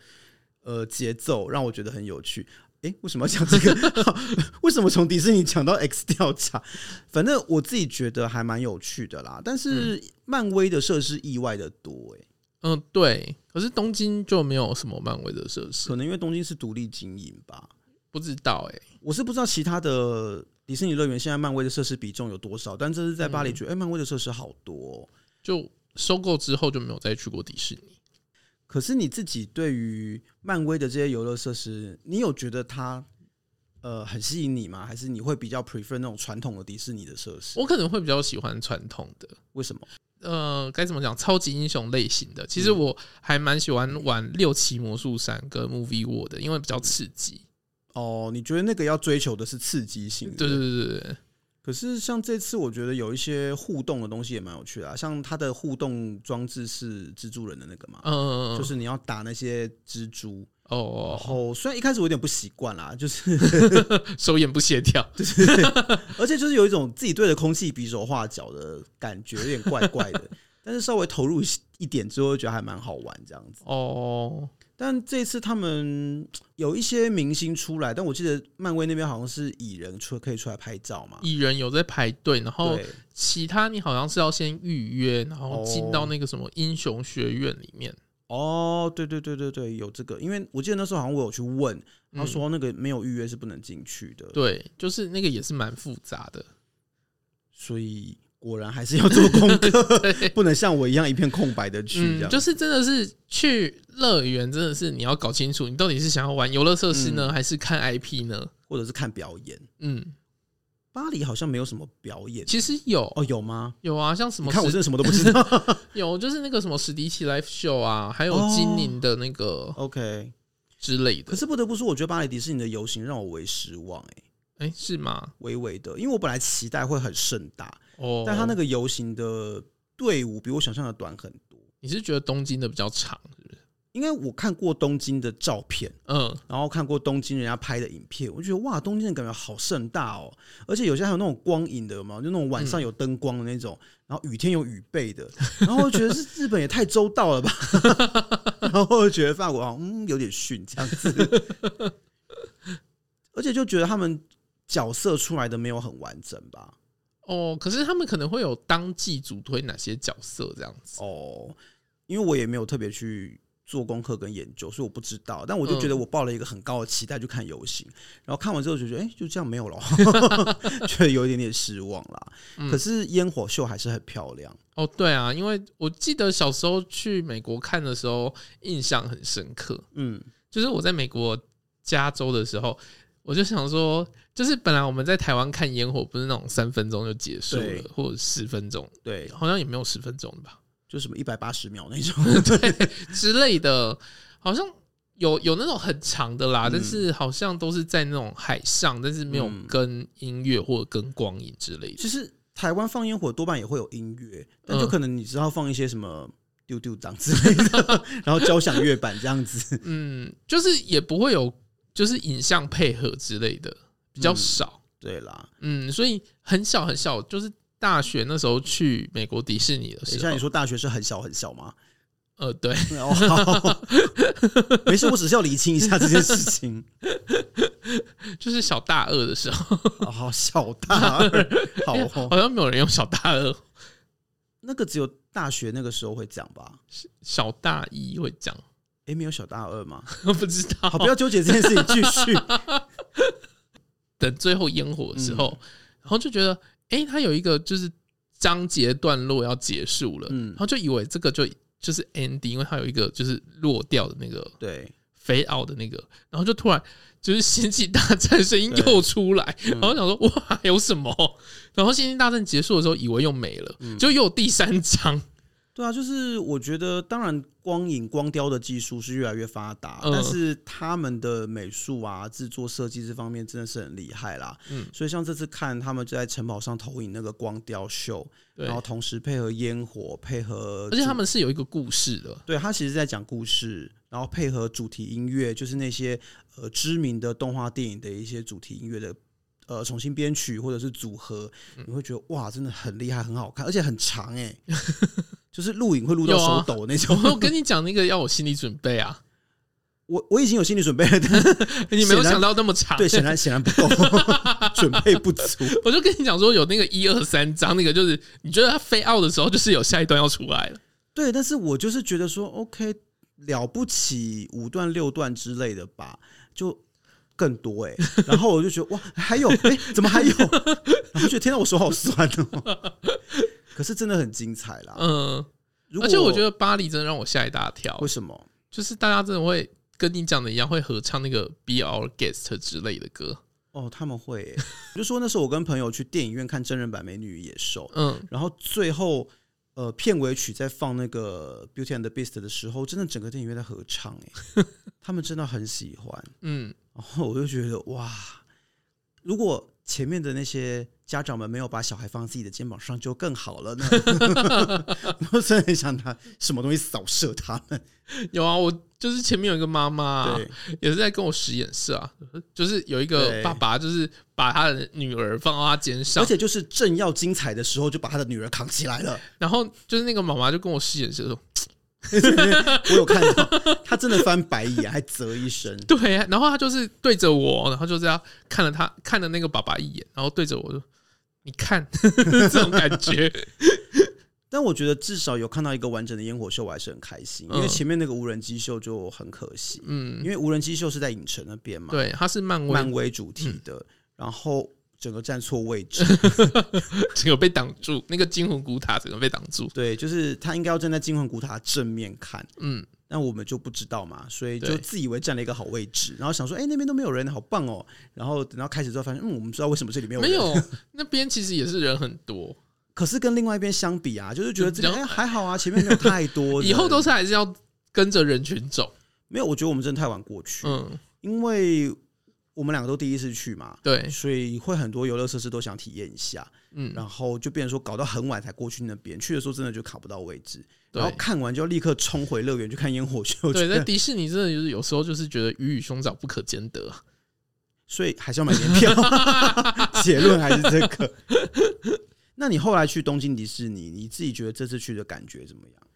B: 呃节奏，让我觉得很有趣。诶，为什么要讲这个？ 好为什么从迪士尼讲到 X 调查？反正我自己觉得还蛮有趣的啦。但是漫威的设施意外的多、诶，
A: 嗯，对。可是东京就没有什么漫威的设施，
B: 可能因为东京是独立经营吧。
A: 不知道哎、
B: 我是不知道其他的迪士尼乐园现在漫威的设施比重有多少，但这是在巴黎觉得，诶，漫威的设施好多、哦。
A: 就收购之后就没有再去过迪士尼。
B: 可是你自己对于漫威的这些游乐设施，你有觉得它呃很吸引你吗？还是你会比较 prefer 那种传统的迪士尼的设施？
A: 我可能会比较喜欢传统的，
B: 为什么？
A: 呃，该怎么讲？超级英雄类型的，其实我还蛮喜欢玩六旗魔术山跟 Movie World 的，因为比较刺激。
B: 哦，你觉得那个要追求的是刺激性？
A: 对对。对对对，
B: 可是像这次，我觉得有一些互动的东西也蛮有趣的、啊，像它的互动装置是蜘蛛人的那个嘛，
A: 嗯、
B: 就是你要打那些蜘蛛，然
A: 哦，
B: 后虽然一开始我有点不习惯啦，就是
A: 手眼不协调，
B: 而且就是有一种自己对着空气比手画脚的感觉，有点怪 怪的。但是稍微投入一一点之后，就觉得还蛮好玩这样子。
A: 哦，
B: 但这次他们有一些明星出来，但我记得漫威那边好像是蚁人出可以出来拍照嘛。
A: 蚁哦人有在排队，然后
B: 对，
A: 其他你好像是要先预约，然后进到那个什么英雄学院里面。
B: 哦，对对对对对，有这个，因为我记得那时候好像我有去问，
A: 嗯
B: 他说那个没有预约是不能进去的，
A: 对，就是那个也是蛮复杂的。
B: 所以果然还是要做功课，
A: 对，
B: 不能像我一样一片空白的去
A: 嗯，
B: 这样。
A: 就是真的是去乐园，真的是你要搞清楚，你到底是想要玩游乐设施呢，还是看 IP 呢？
B: 或者是看表演，
A: 嗯，
B: 巴黎好像没有什么表演
A: 其实有
B: 哦，有吗？
A: 有啊，像什
B: 你
A: 么
B: 看我
A: 史
B: 真的什么都不知道。
A: 有就是那个什么史迪奇 Live Show 啊，还有
B: 哦
A: 精灵的那个
B: OK，
A: 之类
B: 可
A: 的。
B: 是不得不说，我觉得巴黎迪士尼的游行让我为失望、哎，
A: 哎、是吗？
B: 微微的，因为我本来期待会很盛大，
A: 哦，
B: 但他那
A: 个
B: 个游行的队伍比我想象的短很多。
A: 你是觉得东京的比较长，是不是？
B: 因为我看过东京的照片，
A: 嗯，
B: 然后看过东京人家拍的影片，我就觉得哇，东京的感觉好盛大哦，而且有些还有那种光影的，有没有？就那种晚上有灯光的那种，然后雨天有雨备的，然后我觉得是日本也太周到了吧， 然后我觉得法国好像嗯有点逊这样子，而且就觉得他们角色出来的没有很完整吧，
A: 哦，可是他们可能会有当季主推哪些角色这样子。
B: 哦，因为我也没有特别去做功课跟研究，所以我不知道。但我就觉得
A: 嗯
B: 我抱了一个很高的期待去看游行，然后看完之后就觉得，哎、就这样 没有了，觉得有一点点失望啦。
A: 嗯
B: 可是烟火秀还是很漂亮，
A: 哦，对啊，因为我记得小时候去美国看的时候，印象很深刻。
B: 嗯，
A: 就是我在美国加州的时候，我就想说，就是本来我们在台湾看烟火，不是那种三分钟就结束
B: 对
A: 了，或者十分钟，
B: 对，
A: 好像也没有十分钟的吧
B: 就什么一百八十秒 那种，对，
A: 之类的，好像有有那种很长的啦，但是好像都是在那种海上，但是没有
B: 嗯
A: 跟音乐或者跟光影之类的。
B: 其实台湾放烟火多半也会有音乐，但就
A: 嗯
B: 可能你知道放一些什么。丢丢档之类的， 然后交响乐版这样子，
A: 嗯，就是也不会有就是影像配合之类的，比较
B: 嗯
A: 少。
B: 对啦。
A: 嗯，所以很小很小，就是大学那时候去美国迪士尼的
B: 等一
A: 时
B: 下，你
A: 候，
B: 说大学是很小很小吗？
A: 呃，对，
B: 哦，好 没事，我只是要理清一下这件事情。
A: 就是小大二的时候，
B: 哦、好，小大二，好、哦，
A: 好像没有人用小大二，
B: 那个只有大学那个时候会讲吧？
A: 小大一会讲，
B: 诶，没有小大二 吗？
A: 不知道。
B: 好，不要纠结这件事情，继 续。
A: 等最后烟火的时候，
B: 嗯
A: 然后就觉得，哎、它有一个就是章节段落要结束了，
B: 嗯
A: 然后就以为这个就就是 ending，因为它有一个就是落掉的那个
B: 对，
A: 飞奥的那个，然后就突然就是《星际大战》声音
B: 对
A: 又出来，
B: 嗯
A: 然后想说哇还有什么？然后《星际大战》结束的时候以为又没了，
B: 嗯
A: 就又有第三 章。
B: 对啊，就是我觉得，当然光影光雕的技术是越来越发达，
A: 嗯
B: 但是他们的美术啊、制作设计这方面真的是很厉害啦。
A: 嗯
B: 所以像这次看他们就在城堡上投影那个光雕秀，
A: 对
B: 然，后同时配合烟火，配合
A: 而且
B: 主
A: 他们是有一个故事的，
B: 对，它其实在讲故事，然后配合主题音乐，就是那些呃知名的动画电影的一些主题音乐的呃重新编曲或者是组合，
A: 嗯
B: 你会觉得哇，真的很厉害，很好看，而且很长 哎、就是录影会录到
A: 有啊
B: 手抖那种。
A: 我跟你讲那个要有心理准备啊，
B: 我我已经有心理准备了， 但
A: 你没有
B: 显然
A: 想到那么长。
B: 对，显然显然不 够，准备不足。
A: 我就跟你讲说有那个一二三章，那个就是你觉得他飞奥的时候，就是有下一段要出来了。
B: 对，但是我就是觉得说，OK，了不起五段六段之类的吧，就更多哎、然后我就觉得哇，还有哎、怎么还有？ 然后觉得天到我手好酸哦。 可是真的很精彩啦。
A: 嗯，
B: 啊如果
A: 而且我觉得巴黎真的让我吓一大跳
B: 为，什么？
A: 就是大家真的会跟你讲的一样，会合唱那个 Be Our Guest 之类的歌。
B: 哦，他们会、欸， 我就说那时候我跟朋友去电影院看真人版《美女与野兽》，
A: 嗯，
B: 然后最后呃片尾曲在放那个《Beauty and the Beast》的时候，真的整个电影院在合唱欸 哎、他们真的很喜欢。
A: 嗯，
B: 然后我就觉得哇，如果前面的那些家长们没有把小孩放在自己的肩膀上，就更好了 呢。我真的很想拿什么东西扫射他们。
A: 有啊，我就是前面有一个妈妈
B: 对，
A: 也是在跟我使眼色啊，就是有一个
B: 对
A: 爸爸，就是把他的女儿放到他肩上
B: 而，且就是正要精彩的时候，就把他的女儿扛起来了。
A: 然后就是那个妈妈就跟我使眼色说，
B: 我有看到，他真的翻白眼，还啧一声。
A: 对、啊，然后他就是对着我，然后就这样看了他看了那个爸爸一眼，然后对着我说：“你看 这种感觉，
B: 但我觉得至少有看到一个完整的烟火秀，我还是很开心，因为
A: 嗯
B: 前面那个无人机秀就很可惜，
A: 嗯，
B: 因为无人机秀是在影城那边嘛，
A: 对，嗯他是漫威
B: 漫威主题的，然后整个站错 位置，
A: 整个被挡住，那个金魂古塔整个被挡住，
B: 对，就是他应该要站在金魂古塔正面看，
A: 嗯，
B: 但我们就不知道嘛，所以就
A: 对
B: 自以为站了一个好位置，然后想说，哎、那边都没有人，好棒哦，然后等到开始之后发现，嗯，我们知道为什么这里没有人，
A: 没有那边其实也是人很多，
B: 可是跟另外一边相比啊，就是觉得这边
A: 嗯然后
B: 哎、还好啊，前面没有太 多人，
A: 以后都是还是要跟着人群走，
B: 没有，我觉得我们真的太晚过去，
A: 嗯，
B: 因为我们两个都第一次去嘛。
A: 对，
B: 所以会很多游乐设施都想体验一下，
A: 嗯，
B: 然后就变成说搞到很晚才过去那边，去的时候真的就卡不到位置，
A: 对
B: 然后看完就要立刻冲回乐园去看烟火秀，
A: 对，
B: 觉
A: 在
B: 得
A: 迪士尼真的就是有时候就是觉得鱼与熊掌不可兼得啊，
B: 所以还是要买年票，结论还是这个。那你后来去东京迪士尼，你自己觉得这次去的感觉怎么样？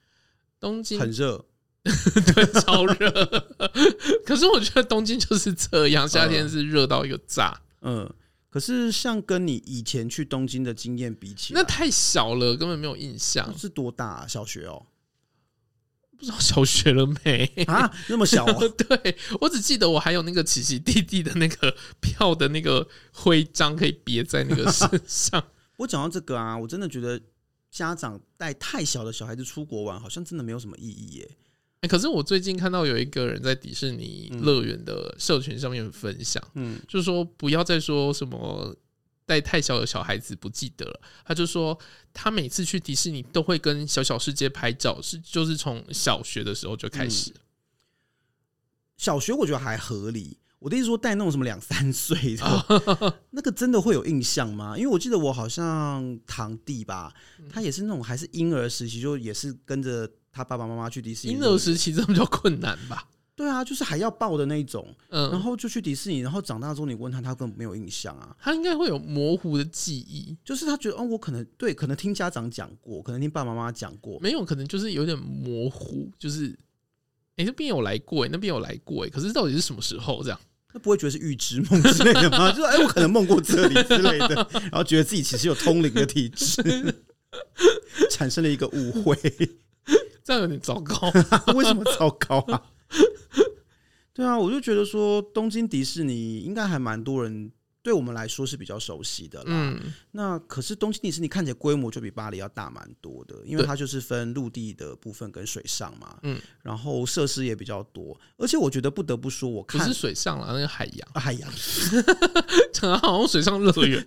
A: 东京
B: 很热，
A: 对，超热。 可是我觉得东京就是这样，夏天是热到一个炸，
B: 嗯，可是像跟你以前去东京的经验比起来，
A: 那太小了，根本没有印象
B: 那。是多大、啊？小学哦，
A: 不知道小学了没？，
B: 啊，那么小、哦
A: 对我只记得我还有那个奇奇弟弟的那个票的那个徽章可以别在那个身 上。
B: 我讲到这个啊，我真的觉得家长带太小的小孩子出国玩，好像真的没有什么意义耶。
A: 欸可是我最近看到有一个人在迪士尼乐园的社群上面分享，
B: 嗯，
A: 就说不要再说什么带太小的小孩子不记得了。他就说他每次去迪士尼都会跟小小世界拍照，是就是从小学的时候就开始。
B: 小学我觉得还合理。我的意思说带那种什么两三岁的， 那个真的会有印象吗？因为我记得我好像堂弟吧，他也是那种还是婴儿时期，就也是跟着他爸爸妈妈去迪士尼。
A: 婴儿时期这么叫困难吧？
B: 对啊，就是还要抱的那一种，然
A: 嗯，
B: 后就去迪士尼，然后长大之后你问他，他根本没有印象啊。
A: 他应该会有模糊的记忆，
B: 就是他觉得，哦，我可能对，可能听家长讲过，可能听爸爸妈妈讲过，
A: 没有可能就是有点模糊，就是。哎、这边有来过、欸，那边有来过、欸，可是到底是什么时候这样？
B: 那不会觉得是预知梦之类的吗？就是哎，我可能梦过这里之类的，然后觉得自己其实有通灵的体质，产生了一个误会。 啊
A: 这样有点 糟糕。
B: 为什么糟糕啊？对啊，我就觉得说东京迪士尼应该还蛮多人对我们来说是比较熟悉的啦。
A: 嗯，
B: 那可是东京迪士尼看起来规模就比巴黎要大蛮多的，因为
A: 对
B: 它就是分陆地的部分跟水上嘛。
A: 嗯，
B: 然后设施也比较多，而且我觉得不得不说，我
A: 不
B: 看
A: 是水上啦，那个海洋，
B: 哎呀，
A: 讲得好像水上乐园。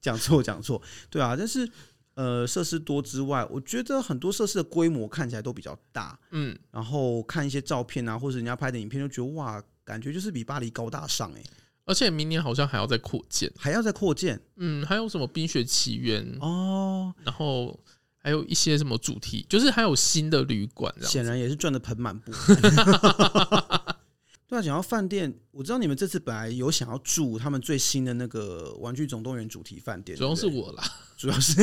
B: 讲错讲错， 对啊，但是呃，设施多之外，我觉得很多设施的规模看起来都比较大，
A: 嗯，
B: 然后看一些照片啊，或者人家拍的影片，就觉得哇，感觉就是比巴黎高大上哎、
A: 而且明年好像还要再扩建。
B: 还要再扩建
A: 嗯，还有什么《冰雪奇缘》
B: 哦，
A: 然后还有一些什么主题，就是还有新的旅馆这样。
B: 显然也是赚的盆满 钵 满。对啊，讲到饭店，我知道你们这次本来有想要住他们最新的那个《玩具总动员》主题饭店，
A: 主要是
B: 对不对
A: 我啦，
B: 主要是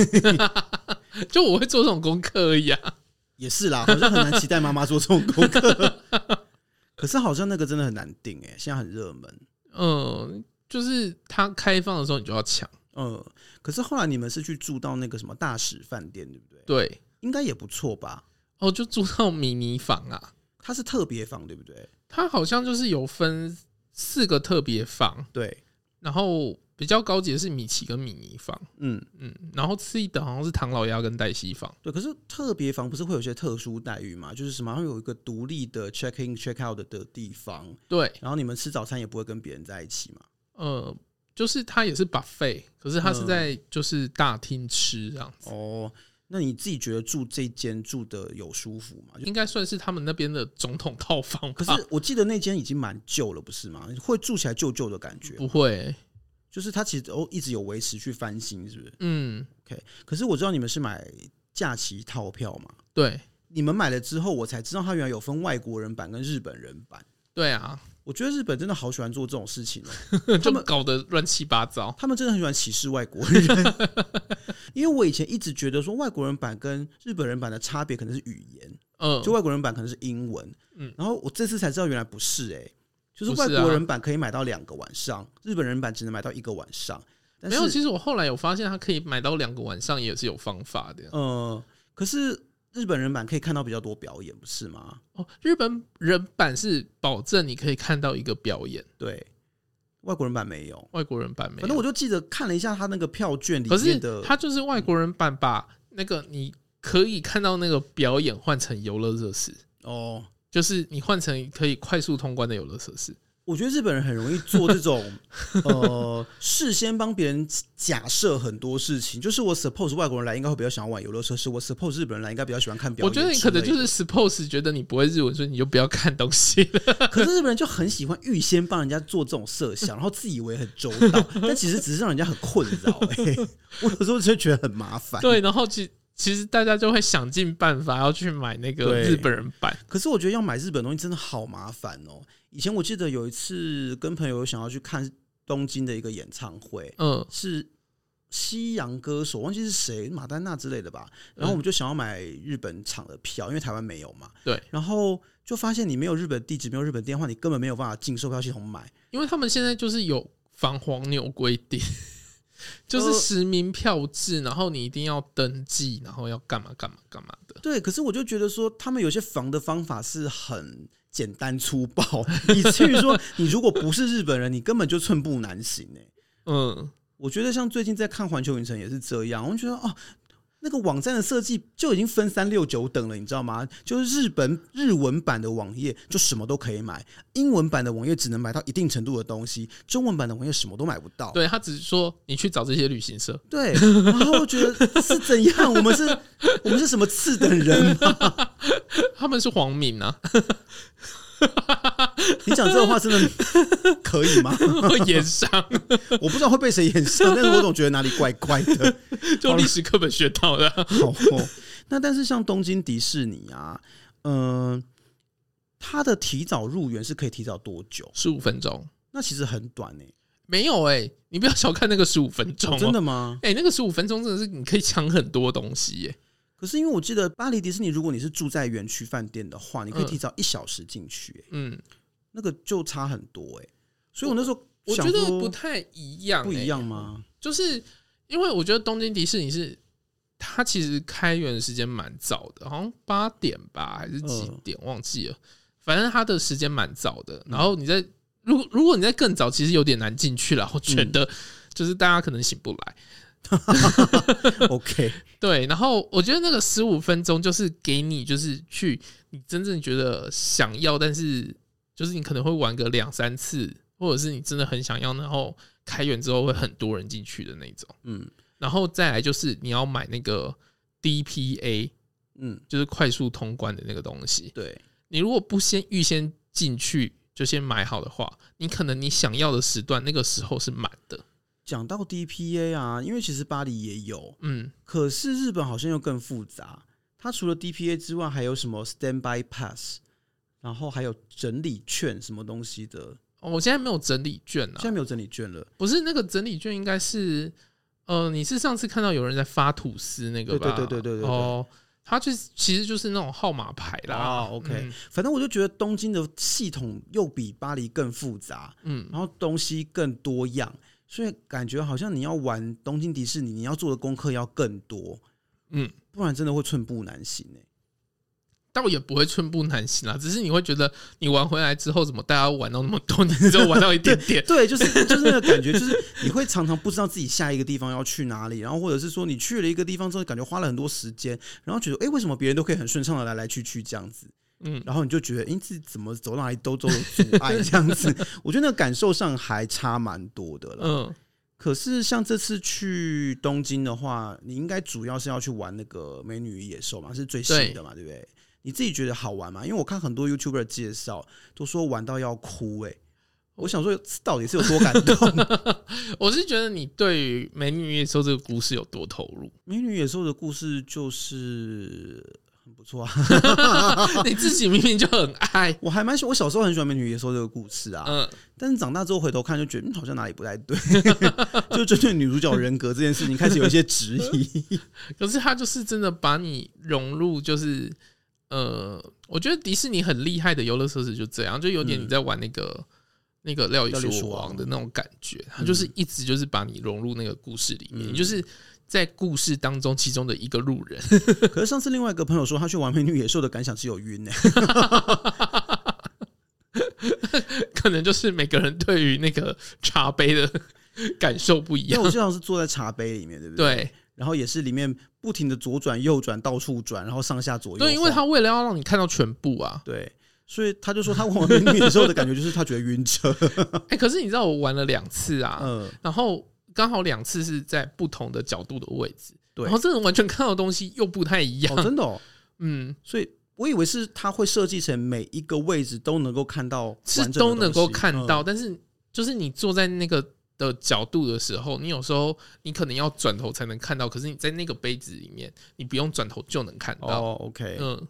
A: 就我会做这种功课而已啊。
B: 也是啦，好像很难期待妈妈做这种 功课。可是好像那个真的很难定哎、现在很热门。
A: 嗯，就是它开放的时候你就要抢，
B: 嗯，可是后来你们是去住到那个什么大使饭店，对不对？
A: 对，
B: 应该也不错吧？
A: 哦，就住到迷你房啊。
B: 它是特别房，对不对？
A: 它好像就是有分四个特别房，
B: 对，
A: 然后比较高级的是米奇跟米妮房，
B: 嗯，
A: 嗯，然后次一等好像是唐老鸭跟黛西房。
B: 对。可是特别房不是会有一些特殊待遇嘛？就是什么会有一个独立的 check in check out 的的地方，
A: 对，
B: 然后你们吃早餐也不会跟别人在一起嘛？
A: 呃，
B: 嗯
A: 就是它也是 buffet，可是它是在就是大厅吃这样子。
B: 哦，那你自己觉得住这间住的有舒服吗？就
A: 应该算是他们那边的总统套房
B: 可
A: 吧？
B: 是我记得那间已经蛮旧了，不是吗？会住起来旧旧的感觉，
A: 不会，
B: 就是它其实哦都一直有维持去翻新，是不是
A: 嗯，
B: ？OK，可是我知道你们是买假期套票嘛，
A: 对
B: 你们买了之后，我才知道它原来有分外国人版跟日本人版。
A: 对啊，
B: 我觉得日本真的好喜欢做这种事 情哦，
A: 就搞得乱七八糟。
B: 他们真的很喜欢歧视外国人。 因为我以前一直觉得说外国人版跟日本人版的差别可能是语言，
A: 嗯，
B: 就外国人版可能是英文，
A: 嗯
B: 然后我这次才知道原来不是哎、就是
A: 不
B: 外
A: 是啊
B: 国人版可以买到两个晚上，日本人版只能买到一个晚上。但
A: 没有。
B: 是
A: 其实我后来有发现，他可以买到两个晚上也是有方法的
B: 呃，可是日本人版可以看到比较多表演，不是吗？
A: 哦。日本人版是保证你可以看到一个表演，
B: 对，外国人版没有。
A: 外国人版没
B: 反正
A: 有。
B: 我就记得看了一下他那个票券里
A: 可是
B: 面的，
A: 他就是外国人版把那个你可以看到那个表演换成游乐设施，
B: 哦，
A: 就是你换成可以快速通关的游乐设施。
B: 我觉得日本人很容易做这 种呃，事先帮别人假设很多事情。就是我 suppose 外国人来应该会比较想要玩游乐设施，我 suppose 日本人来应该比较喜欢看表
A: 我
B: 演。
A: 觉得你可能就，是 suppose 觉得你不会日文，所以你就不要看东西 了。
B: 可是日本人就很喜欢预先帮人家做这种设想，然后自以为很周到，但其实只是让人家很困扰、欸。 我有时候就觉得很麻烦。
A: 对，然后其其实大家就会想尽办法要去买那个
B: 对
A: 日本人版。
B: 可是我觉得要买日本东西真的好麻烦哦。以前我记得有一次跟朋友想要去看东京的一个演唱会，
A: 嗯
B: 是西洋歌手，忘记是谁，马丹娜之类的吧。然后我们就想要买日本场的票，因为台湾没有嘛。
A: 对。
B: 然后就发现你没有日本地址，没有日本电话，你根本没有办法进售票系统买。
A: 因为他们现在就是有防黄牛规定， 就是实名票制，然后你一定要登记，然后要干嘛干嘛干嘛的。
B: 对，可是我就觉得说，他们有些防的方法是很简单粗暴，以至于说你如果不是日本人，你根本就寸步难行哎、
A: 嗯，
B: 我觉得像最近在看环球影城也是这样，我就觉得哦。那个网站的设计就已经分三六九等了，你知道吗？就是日本日文版的网页就什么都可以买，英文版的网页只能买到一定程度的东西，中文版的网页什么都买不到。
A: 对他只是说你去找这些旅行社，
B: 对，然后我觉得是怎样？我们是，我们是什么次等人吗？
A: 他们是黄民啊，
B: 你讲这种话真的可以吗？
A: 会演上，
B: 我不知道会被谁演上，但是我总觉得哪里怪怪的。
A: 就历史课本学到的啊。
B: 好、哦， 那但是像东京迪士尼啊，嗯、它的提早入园是可以提早多久？
A: 十五分钟
B: 那其实很短呢、
A: 没有哎、你不要小看那个十五分钟、哦
B: 哦真的吗？
A: 哎、那个十五分钟真的是你可以抢很多东西耶、
B: 可是因为我记得巴黎迪士尼，如果你是住在园区饭店的话，你可以
A: 嗯
B: 提早一小时进去、欸，
A: 嗯，
B: 那个就差很多哎、所以我那时候
A: 我
B: 想
A: 觉得
B: 说
A: 不太一样、
B: 不
A: 哎
B: 一 样吗？
A: 就是因为我觉得东京迪士尼是它其实开园时间蛮早的，好像八点吧还是几点、忘记了，反正它的时间蛮早的。然后你在如果如果你在更早，其实有点难进去了，我觉得就是大家可能醒不来。
B: OK，
A: 对，然后我觉得那个十五分钟就是给你，就是去你真正觉得想要，但是就是你可能会玩个两三次，或者是你真的很想要，然后开园之后会很多人进去的那种。
B: 嗯
A: 然后再来就是你要买那个 DPA，
B: 嗯，
A: 就是快速通关的那个东西。
B: 对，
A: 你如果不先预先进去就先买好的话，你可能你想要的时段那个时候是满的。
B: 讲到 DPA 啊，因为其实巴黎也有，
A: 嗯，
B: 可是日本好像又更复杂，它除了 DPA 之外，还有什么 Standby Pass，然后还有整理券什么东西的，
A: 哦我现在没有整理券
B: 现在
A: 啊，
B: 没有整理券了，
A: 不是那个整理券应该是，呃，你是上次看到有人在发吐司那个吧？
B: 对对对对对对对
A: 哦，它就是其实就是那种号码牌啦。
B: 啊，OK
A: 嗯
B: 反正我就觉得东京的系统又比巴黎更复杂，
A: 嗯
B: 然后东西更多样，所以感觉好像你要玩东京迪士尼，你要做的功课要更多，
A: 嗯，
B: 不然真的会寸步难行哎、，
A: 倒也不会寸步难行啦，只是你会觉得你玩回来之后，怎么大家玩到那么多，你只有玩到一点点
B: 对，就是就是那个感觉，就是你会常常不知道自己下一个地方要去哪里，然后或者是说你去了一个地方之后，感觉花了很多时间，然后觉得哎、诶为什么别人都可以很顺畅的来来去去这样子，
A: 嗯，
B: 然后你就觉得诶自己怎么走到哪 里都都有阻碍这样子，我觉得那个感受上还差蛮多的了。
A: 嗯，
B: 可是像这次去东京的话，你应该主要是要去玩那个《美女与野兽》嘛，是最新的嘛，对不对？你自己觉得好玩吗？因为我看很多 YouTuber 介绍都说玩到要哭、欸，哎，我想说到底是有多感动？
A: 我是觉得你对于《美女与野兽》这个故事有多投入，
B: 美女与野兽的故事就是很不错啊，
A: 你自己明明就很爱，
B: 我还蛮喜，我小时候很喜欢美女与野兽这个故事啊，
A: 嗯，
B: 但是长大之后回头看就觉得、嗯、好像哪里不太对， 就针对女主角人格这件事情开始有一些质 疑。
A: 可是他就是真的把你融入，就是呃，我觉得迪士尼很厉害的游乐设施就这样，就有点你在玩那个、那个嗯料理
B: 料理
A: 鼠
B: 鼠王
A: 王嗯的那种感觉，他就是一直就是把你融入那个故事里面，你就是在故事当中其中的一个路人。
B: 可是上次另外一个朋友说他去玩美女与野兽的感想是有晕欸 呢、
A: 可能就是每个人对于那个茶杯的 感受不一
B: 因
A: 样
B: 为我。经常是坐在茶杯里面，对不对？
A: 对
B: 然后也是里面不停的左转右转到处转，然后上下左右晃。
A: 对，因为他为了要让你看到全部啊。
B: 对，所以他就说他玩完美女野兽的感觉就是他觉得晕车。
A: 哎、可是你知道我玩了两次 啊，
B: 嗯，
A: 然后刚好两次是在不同的角度的位置，
B: 对
A: 然后这种完全看到的东西又不太一样。
B: 哦，真的哦，
A: 嗯，
B: 所以我以为是他会设计成每一个位置都能够看到完整
A: 是
B: 的东西，
A: 都能够看
B: 嗯
A: 到，但是就是你坐在那个。的角度的时候，你有时候你可能要转头才能看到，可是你在那个杯子里面，你不用转头就能看到。
B: 哦，OK，、
A: 嗯，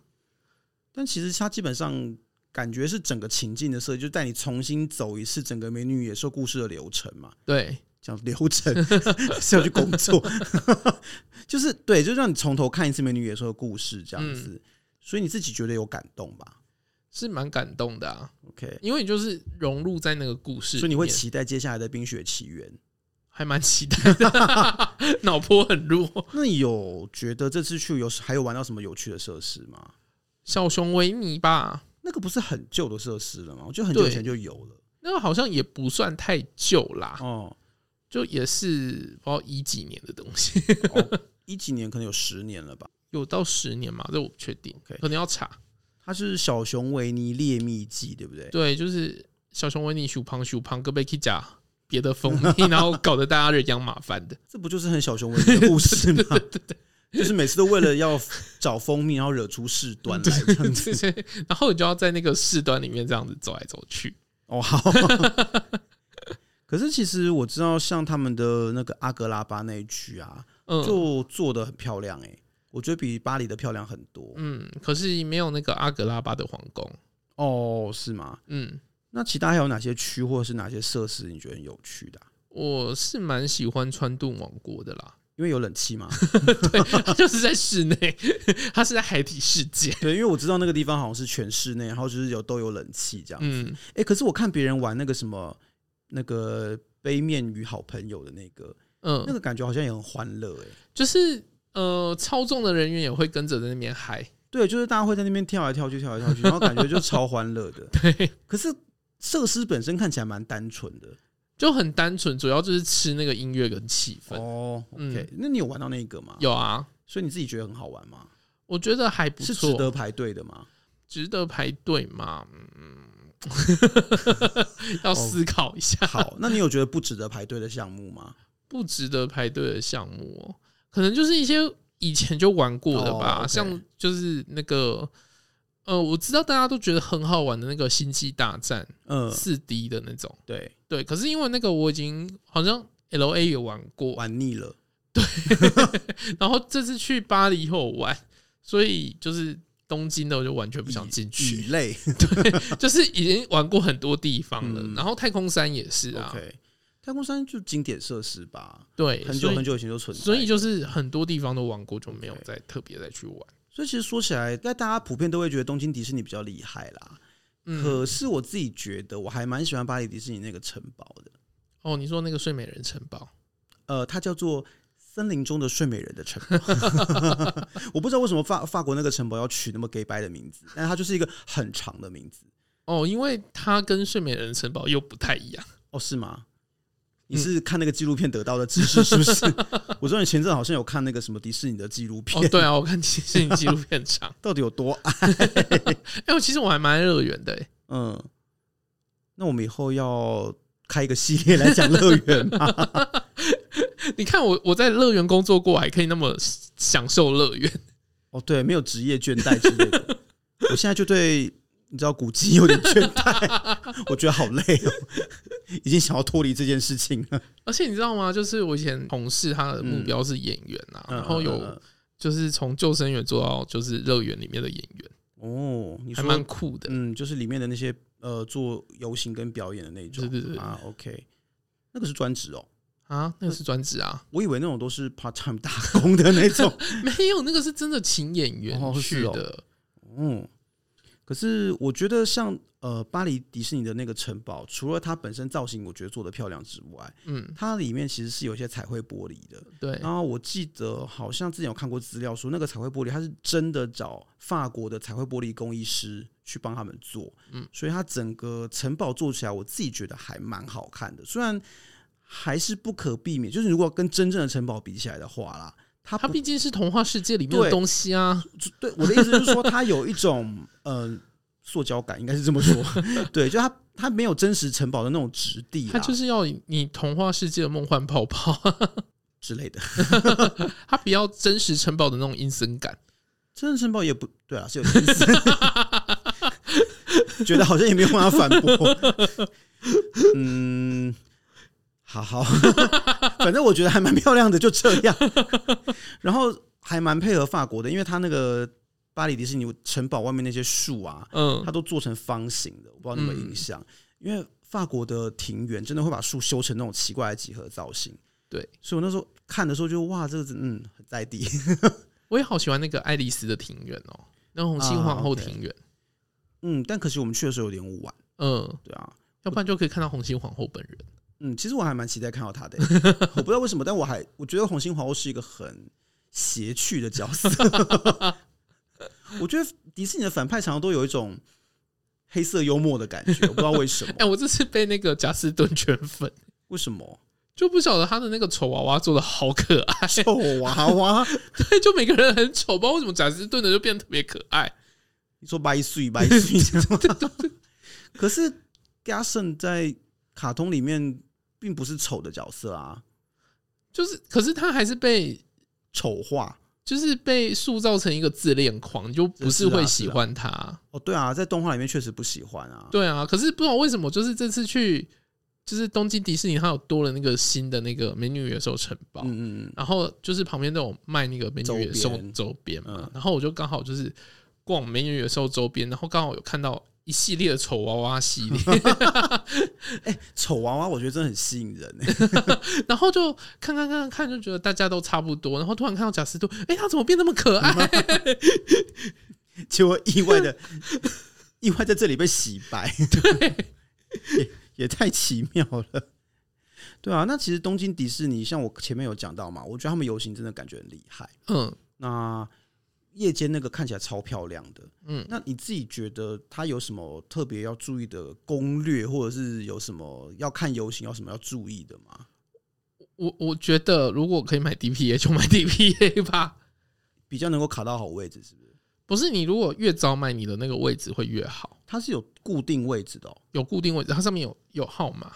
B: 但其实它基本上感觉是整个情境的设计，就带你重新走一次整个《美女与野兽》故事的流程嘛。
A: 对，
B: 讲流程 是要去工作， 就是对，就让你从头看一次《美女与野兽》的故事这样
A: 嗯
B: 子。所以你自己觉得有感动吧
A: 是蛮感动的啊。
B: ？OK，
A: 因为你就是融入在那个故事里面，
B: 所以你会期待接下来的《冰雪奇缘》。
A: 还蛮期待的， 脑波很弱。
B: 那你有觉得这次去有还有玩到什么有趣的设施吗？
A: 小熊维尼吧，
B: 那个不是很旧的设施了吗？我觉得很久以前就有了。
A: 那个好像也不算太旧啦，
B: 哦，
A: 就也是不知道一几年的东西，
B: 一几年可能有十年了吧。
A: 有到十年嘛？这我不确定
B: OK
A: 可能要查。
B: 它是小熊维尼猎秘记，对不对？
A: 对，就是小熊维尼熊胖熊胖哥贝基甲别的蜂 蜜，然后搞得大家人仰马翻的。
B: 这不就是很小熊维尼的故事吗？就是每次都为了要找蜂蜜，然后惹出事端来这 样子。
A: 对，然后你就要在那个事端里面这样子走来走去。
B: 哦，好。 可是其实我知道，像他们的那个阿格拉巴那一区啊，
A: 嗯
B: 就做的很漂亮哎、我觉得比巴黎的漂亮很多。
A: 嗯，可是没有那个阿格拉巴的皇宫。
B: 哦，是吗？
A: 嗯，
B: 那其他还有哪些区或者是哪些设施你觉得很有趣的啊、
A: 我是蛮喜欢川顿王国的啦，
B: 因为有冷气嘛，
A: 它就是在室内， 它是在海底世界。
B: 对，因为我知道那个地方好像是全室内，然后就是有都有冷气这样。
A: 嗯，
B: 哎、可是我看别人玩那个什么那个杯面与好朋友的那个，那
A: 嗯，
B: 个感觉好像也很欢乐哎、
A: 就是呃，操纵的人员也会跟着在那边嗨。
B: 对，就是大家会在那边跳来跳去，跳来跳去，然后感觉就超欢乐的。
A: 对，
B: 可是设施本身看起来蛮单纯的
A: 就很单纯，主要就是吃那个音乐跟气氛。
B: 哦。
A: 嗯
B: OK，、那你有玩到那个吗？，
A: 有啊，
B: 所以你自己觉得很好玩吗？
A: 我觉得还不
B: 是值
A: 错，
B: 得排队 的吗？
A: 值得排队嘛。嗯，
B: 哦
A: 要思考一下，
B: 好，那你有觉得不值得排队的项目吗？
A: 不值得排队的项目、哦，可能就是一些以前就玩过的吧，
B: 哦，OK
A: 像就是那个。呃，我知道大家都觉得很好玩的那个《星际大战》
B: 嗯，
A: 四 D 的那种，
B: 对，
A: 对。可是因为那个我已经好像 L A 也玩过，
B: 玩腻了。
A: 然后这次去巴黎后玩，所以就是东京的我就完全不想进
B: 乙
A: 去，
B: 类
A: 就是已经玩过很多地方了。
B: 嗯
A: 然后太空山也是啊，
B: ，OK，太空山就经典设施吧，
A: 对，
B: 很久
A: 所以
B: 很久以前就存在。
A: 所以就是很多地方都玩过，就没有再特别再去玩。
B: 所以其实说起来，但大家普遍都会觉得东京迪士尼比较厉害啦。
A: 嗯，
B: 可是我自己觉得，我还蛮喜欢巴黎迪士尼那个城堡的，
A: 哦，你说那个睡美人城堡，
B: 呃，它叫做。森林中的睡美人的城 堡， 我不知道为什么法法国那个城堡要取那么 gay 白的名字，但它就是一个很长的名字。
A: 哦，因为它跟睡美人城堡又不太 一样。
B: 哦，是
A: 嗯
B: 吗？你是看那个纪录片得到的知识是不 是？我知道你前阵好像有看那个什么迪士尼的纪录片，
A: 哦，对啊，我看其实纪录片 场，
B: 到底有多爱？
A: 哎、我其实我还蛮爱乐园的、欸，
B: 嗯， 那我们以后要开一个系列来讲乐园吗？
A: 你看我我在乐园工作过，还可以那么享受乐园，
B: 哦，对，没有职业倦怠之类的。我现在就对你知道古籍有点倦怠，我觉得好累 哦，已经想要脱离这件事情了。
A: 而且你知道吗？就是我以前同事他的目标是演员啊，然后有
B: 嗯
A: 就是从救生员做到就是乐园里面的演员，
B: 哦，你
A: 还
B: 说
A: 蛮酷的。
B: 嗯，就是里面的那些呃做游行跟表演的那种
A: 对对对
B: 啊，OK，那个是专职哦，
A: 啊，那个是专职啊，
B: 我以为那种都是 part time 打工的那种，
A: 没有，那个是真的请演员
B: 哦
A: 去
B: 是哦
A: 的。
B: 嗯，可是我觉得像呃巴黎迪士尼的那个城堡，除了它本身造型我觉得做的漂亮之外，
A: 嗯，
B: 它里面其实是有一些彩绘玻璃的。
A: 对，
B: 然后我记得好像之前有看过资料说，那个彩绘玻璃它是真的找法国的彩绘玻璃工艺师去帮他们做，
A: 嗯
B: 嗯，所以它整个城堡做起来，我自己觉得还蛮好看的。虽然还是不可避免，就是如果跟真正的城堡比起来的话啦，它
A: 它
B: 不
A: 毕竟是童话世界里面的
B: 对
A: 东西啊。
B: 对我的意思是说，它有一种呃塑胶感，应该是这么说， 对，就它它没有真实城堡的那种质地啦，
A: 它就是要你童话世界的梦幻泡泡，
B: 之类的。
A: 它比较真实城堡的那种阴森感。
B: 真人申报也不对啊，是有点思， 觉得好像也没有办法反驳。嗯，好好，反正我觉得还蛮漂亮的，就这样。然后还蛮配合法国的，因为它那个巴黎迪士尼城堡外面那些树啊，
A: 嗯
B: 它，都做成方形的，我不知道你有没有印象，因为法国的庭园真的会把树修成那种奇怪的几何造型。
A: 对，
B: 所以我那时候看的时候就哇，这个真嗯很 在地。
A: 我也好喜欢那个爱丽丝的庭院哦，那红心皇后
B: 啊，OK
A: 庭院。
B: 嗯，但可惜我们去的时候有点晚，
A: 嗯，
B: 对啊，
A: 要不然就可以看到红心皇后本人。
B: 嗯，其实我还蛮期待看 到他的、我不知道为什么，但我还我觉得红心皇后是一个很邪趣的角 色。我觉得迪士尼的反派常常都有一种黑色幽默的感觉，我不知道为什么
A: 哎、，我这次被那个贾斯顿圈粉，
B: 为 什么
A: 就不晓得他的那个丑娃娃做的好可爱，
B: 臭娃娃，
A: 对，就每个人很丑，不知道为什么贾斯顿的就变得特别可爱。
B: 你说掰碎掰碎，可是 Gasson 在卡通里面并不是丑的角色啊，
A: 就是，可是他还是被
B: 丑化
A: 就是被塑造成一个自恋狂，你就不是啊会喜欢他。
B: 哦，对啊，在动画里面确实不喜欢啊，
A: 对啊，可是不知道为什么，就是这次去就是东京迪士尼，它有多了那个新的那个美女野兽城堡，
B: 嗯嗯嗯，
A: 然后就是旁边都有卖那个美女野兽
B: 周边
A: 周边嘛
B: 嗯，
A: 然后我就刚好就是逛美女野兽周边，然后刚好有看到一系列的丑娃娃系列，
B: 丑娃娃我觉得真的很吸引人、欸。
A: 然后就看看看看，就觉得大家都差不多，然后突然看到贾斯顿，哎、他怎么变那么可爱？
B: 结果意外的 意外在这里被洗白，对， 也也太奇妙了。对啊，那其实东京迪士尼，像我前面有讲到嘛，我觉得他们游行真的感觉很厉害。
A: 嗯，
B: 那夜间那个看起来超漂亮的，
A: 嗯
B: 嗯，那你自己觉得它有什么特别要注意的攻略，或者是有什么要看游行有什么要注意的吗？
A: 我我觉得如果可以买 DPA 就买 DPA 吧。
B: 比较能够卡到好位置，是不是？
A: 不是你如果越早买，你的那个位置会越好，
B: 它是有固定位置的、哦，
A: 有固定位置，它上面有有号码，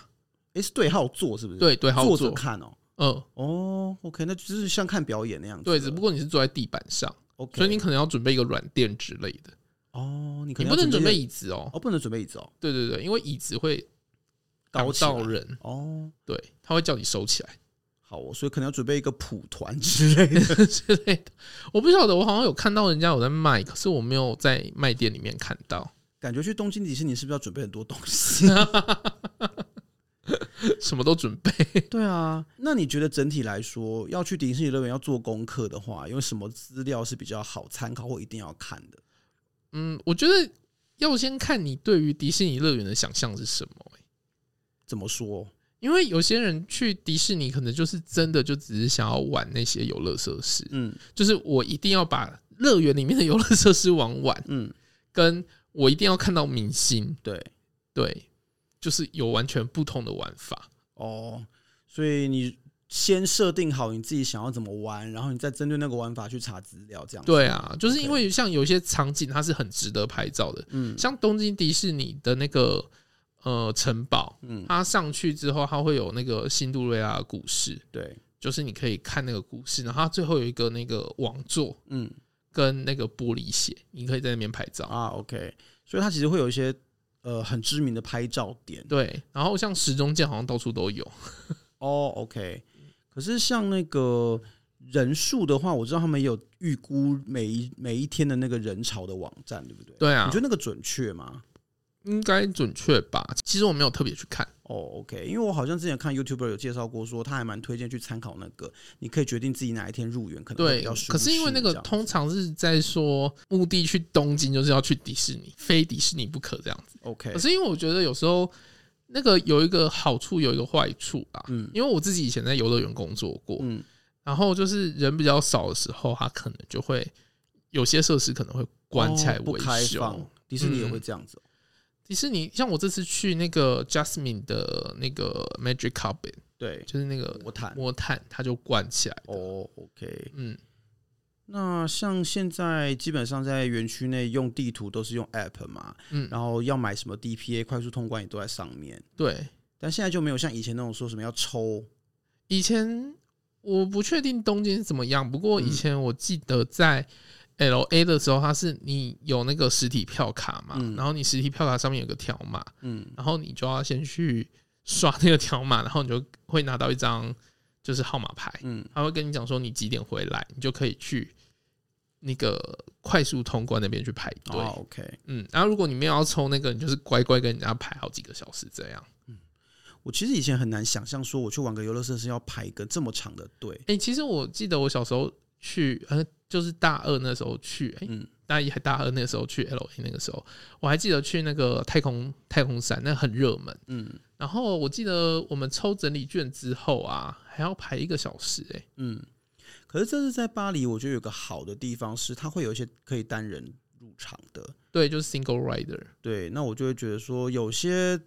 B: 诶，是对号坐是不是？，
A: 对对，号
B: 坐着
A: 坐，
B: 看哦。
A: 嗯，
B: 哦，OK，那就是像看表演那样子
A: 对，
B: 了。
A: 只不过你是坐在地板上，
B: OK，
A: 所以你可能要准备一个软垫之类的，
B: 哦，你可
A: 你
B: 能
A: 不
B: 要
A: 能准备
B: 一
A: 椅子哦，
B: 哦，不能准备椅子哦，
A: 对对对，因为椅子会
B: 高
A: 搞
B: 起来
A: 到人，
B: 哦，
A: 对，他会叫你收起来。
B: 好哦，所以可能要准备一个蒲团之类 的。
A: 之类的。我不晓得，我好像有看到人家有在卖，可是我没有在卖店里面看到
B: 感觉去东京迪士尼是不是要准备很多东西？
A: 什么都准备。
B: 对啊，那你觉得整体来说，要去迪士尼乐园要做功课的话，有什么资料是比较好参考或一定要看的？
A: 嗯，我觉得要先看你对于迪士尼乐园的想象是什么、欸
B: 怎么说？
A: 因为有些人去迪士尼，可能就是真的就只是想要玩那些游乐设施，
B: 嗯
A: 就是我一定要把乐园里面的游乐设施玩完，
B: 嗯，
A: 跟我一定要看到明星，
B: 对
A: 对，就是有完全不同的玩法。
B: 哦，所以你先设定好你自己想要怎么玩，然后你再针对那个玩法去查资料，这样子。
A: 对啊，就是因
B: 哦 OK
A: 为像有一些场景，它是很值得拍照的，
B: 嗯
A: 像东京迪士尼的那个呃城堡，
B: 嗯，
A: 它上去之后，它会有那个辛杜瑞拉的故事，
B: 对，
A: 就是你可以看那个故事，然后它最后有一个那个王座
B: 嗯
A: 跟那个玻璃鞋，你可以在那边拍照。
B: 啊，OK，所以它其实会有一些呃很知名的拍照点。
A: 对，然后像石中剑好像到处都有，
B: 哦，OK，可是像那个人数的话，我知道他们也有预估每一每一天的那个人潮的网站，对不对？
A: 对啊
B: 你觉，得那个准确吗？
A: 应该准确吧？其实我没有特别去看，
B: 哦、o k 因为我好像之前看 YouTuber 有介绍过说他还蛮推荐去参考那个，你可以决定自己哪一天入园，可能会
A: 对
B: 比较。舒
A: 可是因为
B: 适
A: 那个
B: 这样
A: 通常是在说目的去东京就是要去迪士尼，非迪士尼不可这样子。
B: OK，
A: 可是因为我觉得有时候那个有一个好处，有一个坏处啊。
B: 嗯
A: 因为我自己以前在游乐园工作过，
B: 嗯
A: 然后就是人比较少的时候，它可能就会有些设施可能会关起来
B: 哦不
A: 维
B: 开
A: 修。
B: 放，迪士尼也
A: 嗯
B: 会这样子哦、
A: 迪士尼像我这次去那个 Jasmine 的那个 Magic Carpet，
B: 对，
A: 就是那个
B: 我谈
A: 魔毯，它就关起来了。
B: 哦，OK。
A: 嗯，
B: 那像现在基本上在园区内用地图都是用 App 嘛，
A: 嗯
B: 然后要买什么 DPA 快速通关也都在上面，
A: 对。
B: 但现在就没有像以前那种说什么要抽
A: 以前我不确定东京是怎么样，不
B: 嗯
A: 过以前我记得在 L A 的时候，它是你有那个实体票卡嘛，
B: 嗯
A: 然后你实体票卡上面有个条码，
B: 嗯
A: 然后你就要先去刷那个条码，然后你就会拿到一张就是号码牌，
B: 嗯
A: 他会跟你讲说你几点回来，你就可以去那个快速通关那边去排队。
B: 哦，OK。
A: 嗯，然后如果你没有要抽那个，你就是乖乖跟人家排好几个小时这样。
B: 我其实以前很难想象说我去玩个游乐设施要排一个这么长的队，
A: 哎、其实我记得我小时候去，呃，就是大二那时候去，哎、
B: 嗯
A: 大一还大二那时候去 L A 那个时候，我还记得去那个太空太空山，那很热门。
B: 嗯
A: 然后我记得我们抽整理券之后啊，还要排一个小时、哎，
B: 嗯。可是这是在巴黎，我觉得有个好的地方是它会有一些可以单人入场的，
A: 对，就是 single rider。
B: 对，那我就会觉得说，有些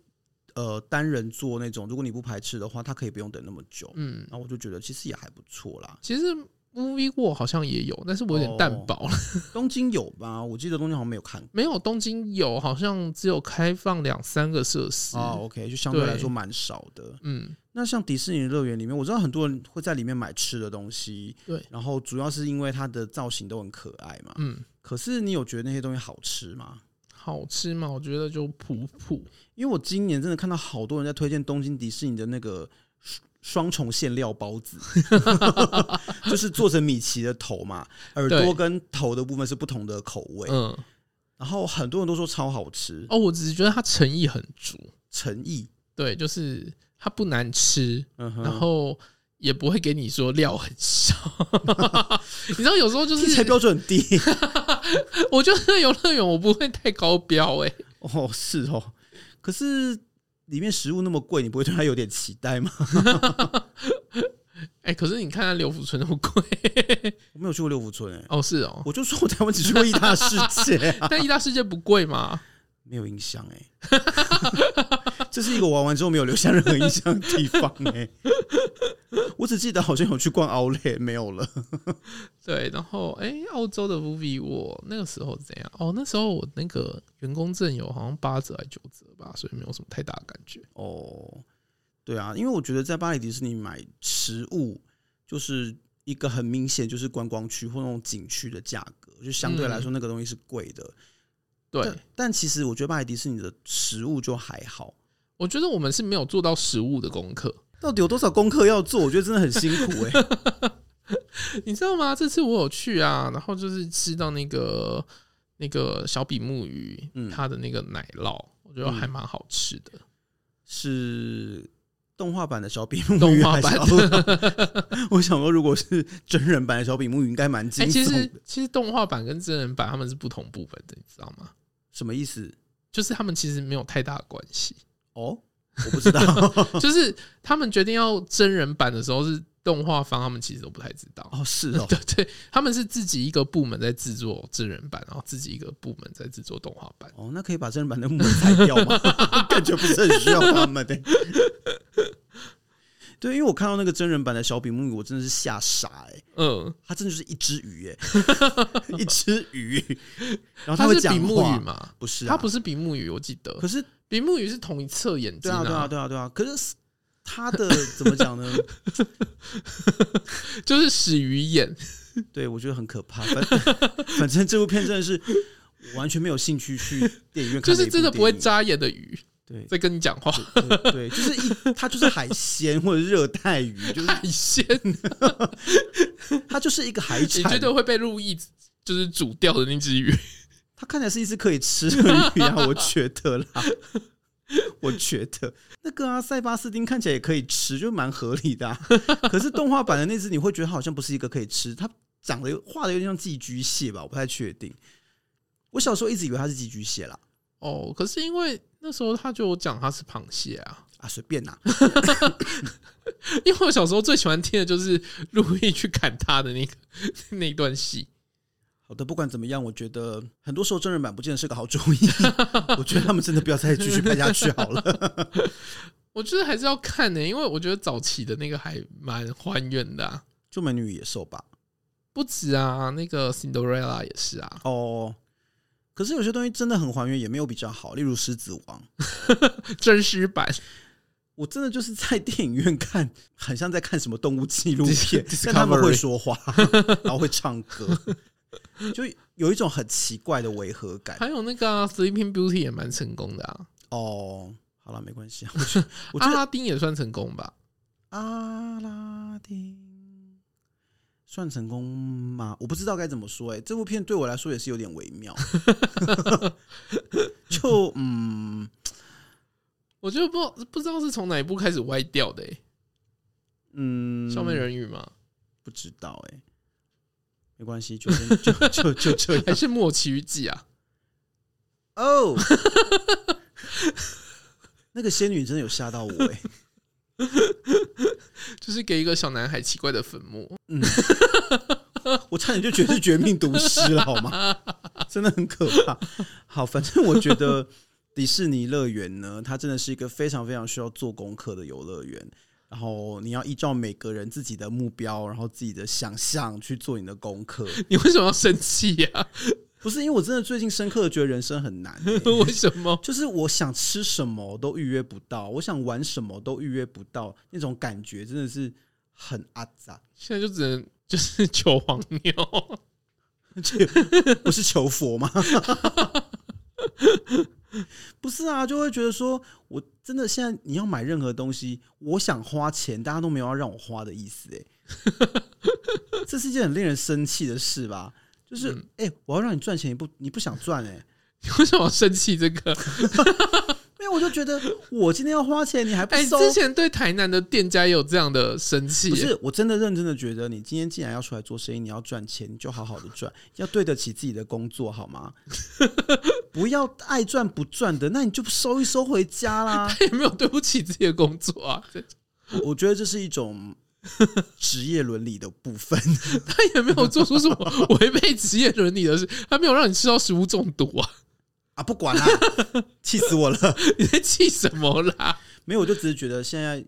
B: 呃单人座那种，如果你不排斥的话，它可以不用等那么久。
A: 嗯，。
B: 那我就觉得其实也还不错啦
A: 其实 Movie World 好像也有，但是我有点
B: 哦
A: 淡薄了。
B: 东京有吧？我记得东京好像没有看
A: 没有东京有，好像只有开放两三个设施。
B: 过。哦，OK，就相对来
A: 对
B: 说蛮少的。
A: 嗯，
B: 那像迪士尼乐园里面，我知道很多人会在里面买吃的东西，
A: 对，
B: 然后主要是因为它的造型都很可爱嘛。
A: 嗯，
B: 可是你有觉得那些东西好吃吗？
A: 好吃吗？我觉得就普普。
B: 因为我今年真的看到好多人在推荐东京迪士尼的那个双双重馅料包子， 就是做成米奇的头嘛，耳朵
A: 对
B: 跟头的部分是不同的口味。
A: 嗯，
B: 然后很多人都说超好吃，
A: 哦，我只是觉得它诚意很足。
B: 诚意。
A: 对，就是它不难吃，
B: 嗯哼，
A: 然后也不会给你说料很少。 你知道有时候就
B: 题材
A: 是，
B: 标准很低
A: 我觉得游乐园我不会太高标哎、
B: 哦，是哦。可是里面食物那么贵，你不会对它有点期待吗？
A: 哎、可是你看它刘福村那么贵
B: 我没有去过六福村哎、
A: 哦，是哦，
B: 我就说我台湾只去过意大世界、啊，
A: 但意大世界不贵嘛？
B: 没有印象哎、 这是一个玩完之后没有留下任何印象的地方哎、我只记得好像有去逛 Outlet，没有了。
A: 对，然后哎、澳洲的 Movie 我那个时候是怎样？哦，那时候我那个员工证有好像八折还九折吧，所以没有什么太大的感觉。
B: 哦，对啊，因为我觉得在巴黎迪士尼买食物就是一个很明显就是观光区或那种景区的价格，就相对来说那个东西是贵的。
A: 对
B: 但，但其实我觉得巴黎迪士尼的食物就还好。
A: 我觉得我们是没有做到食物的功课。
B: 到底有多少功课要做？我觉得真的很辛苦 哎、
A: 你知道吗？这次我有去啊，然后就是吃到那个那个小比目鱼，
B: 嗯
A: 它的那个奶酪，我觉得还蛮好吃的。
B: 是动画版的小比目鱼，
A: 动画版
B: 还是要 我想说，如果是真人版的小比目鱼，应该蛮
A: 哎、
B: 惊
A: 其
B: 悚的。
A: 实其实动画版跟真人版他们是不同部分的，你知道吗？
B: 什么意思？
A: 就是他们其实没有太大的关系，
B: 哦，我不知道。
A: 就是他们决定要真人版的时候，是动画方他们其实都不太知道。
B: 哦，是哦，
A: 对对，他们是自己一个部门在制作真人版，然后自己一个部门在制作动画版。
B: 哦，那可以把真人版的木裁掉 吗？感觉不是很需要他们的、对，因为我看到那个真人版的小比目鱼，我真的是吓傻哎、
A: 嗯，
B: 它真的就是一只鱼 哎、一只鱼，然后它
A: 它
B: 会
A: 是
B: 讲
A: 比目
B: 话
A: 鱼？嘛？
B: 不是、啊，
A: 它不是比目鱼，我记得
B: 可。是
A: 比目鱼是同一侧眼睛
B: 对啊，对啊，对啊，对啊。可是它的怎么讲 呢？
A: 就是始于眼，
B: 对我觉得很可怕。反反正这部片真的是我完全没有兴趣去电影院看
A: 就
B: 一部电影，
A: 是真的不会扎眼的鱼
B: 对。
A: 在跟你讲话，
B: 对对，就是一，它就是海鲜或者热带鱼， 就是
A: 海鲜，
B: 它就是一个海
A: 你
B: 产
A: 觉。得会被路易就是煮掉的那只鱼？
B: 它看起来是一只可以吃的鱼啊，我觉得啦， 我觉得那个啊，塞巴斯汀看起来也可以吃，就蛮合理的、啊。可是动画版的那只，你会觉得它好像不是一个可以吃，它长得有画的有点像寄居蟹吧，我不太确定。我小时候一直以为它是寄居蟹啦，
A: 哦，可是因为那时候他就有讲他是螃蟹啊，
B: 啊，随便啦，
A: 因为我小时候最喜欢听的就是路易去砍他的那个 那一段戏。
B: 好的，不管怎么样，我觉得很多时候真人版不见得是个好主意。我觉得他们真的不要再继续拍下去好了。
A: 我觉得还是要看欸呢、因为我觉得早期的那个还蛮还原的、啊，
B: 就美女与野兽吧。
A: 不止啊，那个 Cinderella 也是啊，
B: 哦，可是有些东西真的很还原，也没有比较好。例如《狮子王》，
A: 真实版。
B: 我真的就是在电影院看，很像在看什么动物纪录片
A: Dis-，
B: 但他们
A: Discovery
B: 会说话， 然后会唱歌，就有一种很奇怪的违和感。
A: 还有那个、啊、Sleeping Beauty 也蛮成功的啊，
B: 哦，好了，没关系啊，我觉得我觉
A: 阿
B: 得
A: 拉丁也算成功吧。
B: 阿拉丁算成功吗？我不知道该怎么说、哎，这部片对我来说也是有点微妙， 就嗯。
A: 我觉得不不知道是从哪一部开始歪掉的、欸，
B: 嗯，
A: 小美人鱼吗？
B: 不知道哎、没关系，就先 就就就这
A: 还
B: 样
A: 是《木偶奇遇记》啊？
B: 哦。 那个仙女真的有吓到我哎、
A: 就是给一个小男孩奇怪的坟墓。
B: 嗯，我差点就觉得是绝命毒师了好吗？真的很可怕。好，反正我觉得迪士尼乐园呢， 它真的是一个非常非常需要做功课的游乐园。然后你要依照每个人自己的目标，然后自己的想象去做你的功课。
A: 你为什么要生气啊呀、
B: 不是因为我真的最近深刻的觉得人生很难欸、
A: 为什么？
B: 就是我想吃什么都预约不到，我想玩什么都预约不到，那种感觉真的是很阿 杂，
A: 现在就只能就是求黄牛。
B: 这不是求佛吗？ 不是啊，就会觉得说，我真的现在你要买任何东西，我想花钱，大家都没有要让我花的 意思、欸，这是一件很令人生气的事吧？就是，
A: 嗯
B: 哎、我要让你赚钱，你不你不想赚、欸，哎，
A: 你为什么要生气这 个？
B: 没有，我就觉得我今天要花钱，你还不
A: 哎、
B: 收，
A: 之前对台南的店家也有这样的生气、
B: 不是，我真的认真的觉得，你今天既然要出来做生意，你要赚钱，你就好好的赚， 要对得起自己的工作，好吗？不要爱赚不赚的，那你就收一收回家啦。
A: 他 也没有对不起自己的工作啊，
B: 我我觉得这是一种职业伦理的部分。
A: 他也没有做出什么违背职业伦理的事， 他没有让你吃到食物中毒啊！
B: 啊，不管啦，气死我了！
A: 你在气什么啦？
B: 没有，我就只是觉得现在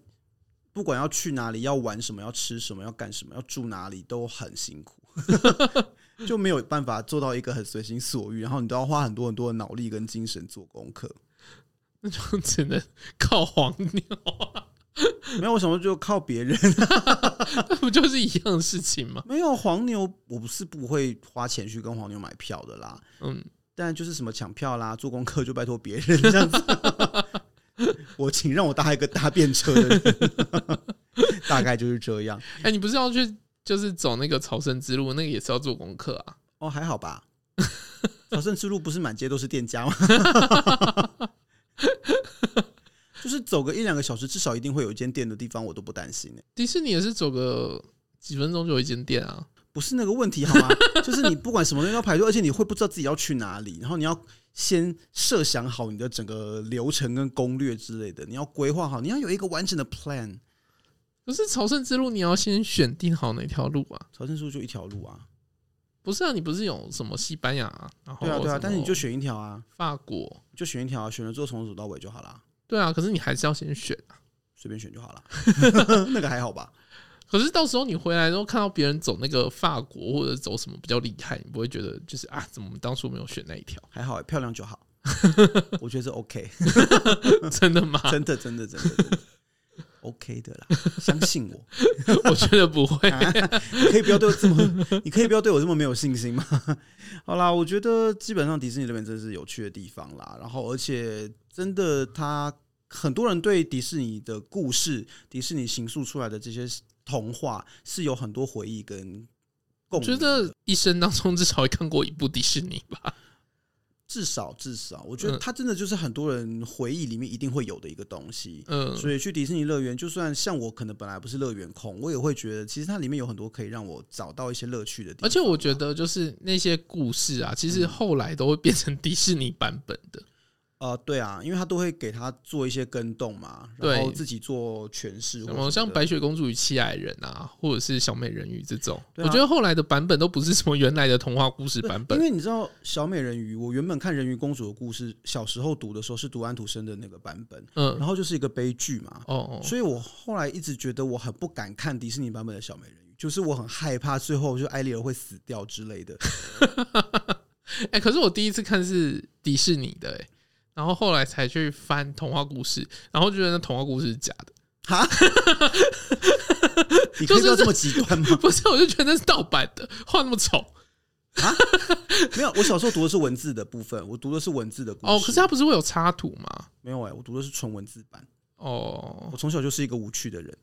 B: 不管要去哪里，要玩什么，要吃什么，要干什么，要住哪里，都很辛苦， 就没有办法做到一个很随心所欲，然后你都要花很多很多的脑力跟精神做功课。
A: 那就只能靠黄牛啊，
B: 没有，我想说就靠别人。
A: 那 不就是一样的事情吗？
B: 没有黄牛，我不是不会花钱去跟黄牛买票的啦。
A: 嗯，
B: 但就是什么抢票啦，做功课就拜托别人这样子。 我请让我搭一个搭便车的人， 大概就是这样。
A: 哎、你不是要去就是走那个朝圣之路，那个也是要做功课啊。
B: 哦，还好吧。朝圣之路不是满街都是店家吗？ 就是走个一两个小时，至少一定会有一间店的地方，我都不担心、欸。
A: 迪士尼也是走个几分钟就有一间店啊。
B: 不是那个问题好吗？ 就是你不管什么东西都要排队，而且你会不知道自己要去哪里，然后你要先设想好你的整个流程跟攻略之类的，你要规划好，你要有一个完整的 plan。
A: 可是朝圣之路，你要先选定好哪条路啊？
B: 朝圣之路就一条路啊，
A: 不是啊，你不是有什么西班牙、啊，然后
B: 对啊对
A: 什
B: 啊
A: 么，
B: 但是你就选一条啊，
A: 法国，
B: 就选一条啊，选了之后从头走到尾就好啦，
A: 对啊，可是你还是要先选啊。
B: 随便选就 好啦。那个还好吧？
A: 可是到时候你回来之后看到别人走那个法国或者走什么比较厉害，你不会觉得就是啊，怎么我们当初没有选那一条？
B: 还好、欸，漂亮就 好。我觉得这 OK，
A: 真的吗？
B: 真的真的真的真的。 OK 的啦，相信我。
A: 我觉得不会。
B: 你可以不要对我这么， 你可以不要对我这么没有信心吗？ 好啦，我觉得基本上迪士尼这边真是有趣的地方啦。然后，而且真的它，他很多人对迪士尼的故事、迪士尼形塑出来的这些童话是有很多回忆跟共
A: 我觉
B: 鸣的。
A: 得一生当中至少会看过一部迪士尼吧。
B: 至少至少，我觉得
A: 嗯
B: 它真的就是很多人回忆里面一定会有的一个东西。
A: 嗯，
B: 所以去迪士尼乐园，就算像我可能本来不是乐园控，我也会觉得其实它里面有很多可以让我找到一些乐趣的地方。
A: 而
B: 啊
A: 且我觉得就是那些故事啊，其
B: 嗯
A: 实后来都会变成 迪士尼版本的。
B: 呃，对啊，因为他都会给他做一些跟动嘛，
A: 对
B: 然后自己做诠释或
A: 什
B: 什么的，
A: 么像白雪公主与七矮人啊，或者是小美人鱼这种，
B: 对
A: 我
B: 啊
A: 觉得后来的版本都不是什么原来的童话故事
B: 对
A: 版本
B: 因。为你知道小美人鱼，我原本看人鱼公主的故事，小时候读的时候是读安徒生的那个版本，
A: 嗯，
B: 然后就是一个悲剧嘛，
A: 哦哦，
B: 所以我后来一直觉得我很不敢看迪士尼版本的小美人鱼，就是我很害怕最后就艾丽儿会死掉之 类的。
A: 哎、可是我第一次看是迪士尼的、哎，然后后来才去翻童话故事，然后觉得那童话故事是假的，
B: 哈，你可以不要这么极端吗？
A: 不是，我就觉得那是盗版的，画那么丑
B: 没有，我小时候读的是文字的部分，我读的是文字的故事。
A: 哦。可是它不是会有插图吗？
B: 没有哎、我读的是纯文字版。
A: 哦
B: 我，从小就是一个无 趣的人，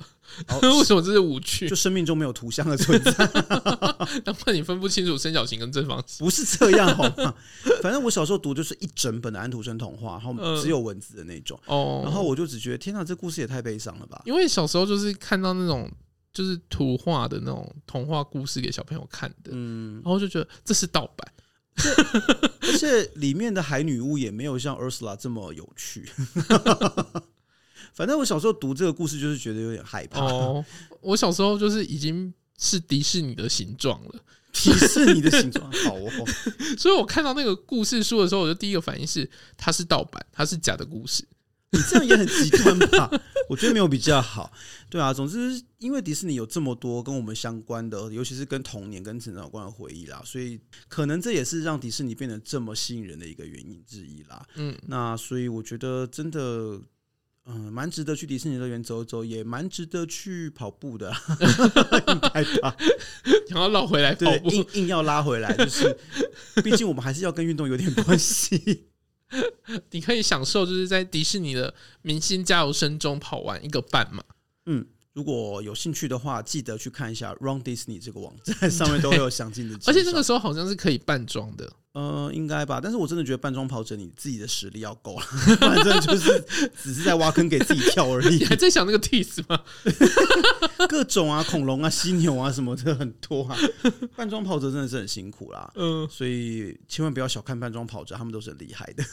A: 为什么这是无趣
B: 就？生命中没有图像的存在，
A: 难怪你分不清楚三角形跟正方形。
B: 不是这样好吗？反正我小时候读就是一整本的安徒生童话，然后
A: 嗯
B: 只有文字的那种，
A: 哦，
B: 然后我就只觉得天哪，这故事也太悲伤了吧！
A: 因为小时候就是看到那种就是图画的那种童话故事给小朋友看的，
B: 嗯
A: 然，后就觉得这是盗版。
B: 而且里面的海女巫也没有像 Ursula 这么有趣。 反正我小时候读这个故事，就是觉得有点害怕。
A: 哦， 我小时候就是已经是迪士尼的形状了，
B: 提示你的形状，好哦，
A: 所以我看到那个故事书的时候，我就第一个反应是它是盗版，它是假的故事。
B: 你这样也很极端吧？ 我觉得没有比较好。对啊，总之，因为迪士尼有这么多跟我们相关的，尤其是跟童年、跟成长有关的回忆啦，所以可能这也是让迪士尼变得这么吸引人的一个原因之一啦。
A: 嗯，
B: 那所以我觉得真的。嗯，蛮值得去迪士尼乐园走走，也蛮值得去跑步的啦， 应该吧？
A: 然后绕回来跑
B: 对，
A: 步。
B: 硬硬要拉回来，就是，毕竟我们还是要跟运动有点关系。
A: 你可以享受就是在迪士尼的明星加油声中跑完一个半马。
B: 嗯，如果有兴趣的话，记得去看一下 Run Disney 这个网站，上面都会有详尽的介绍。
A: 而且那个时候好像是可以扮装的，
B: 呃，应该吧？但是我真的觉得扮装跑者你自己的实力要够了， 不然真的就是只是在挖坑给自己跳而 已
A: 你。还在想那个 tease 吗？
B: 各种啊，恐龙啊、犀牛啊什么的很多啊，扮装跑者真的是很辛苦啦。
A: 嗯，
B: 所以千万不要小看扮装跑者，他们都是很厉害的。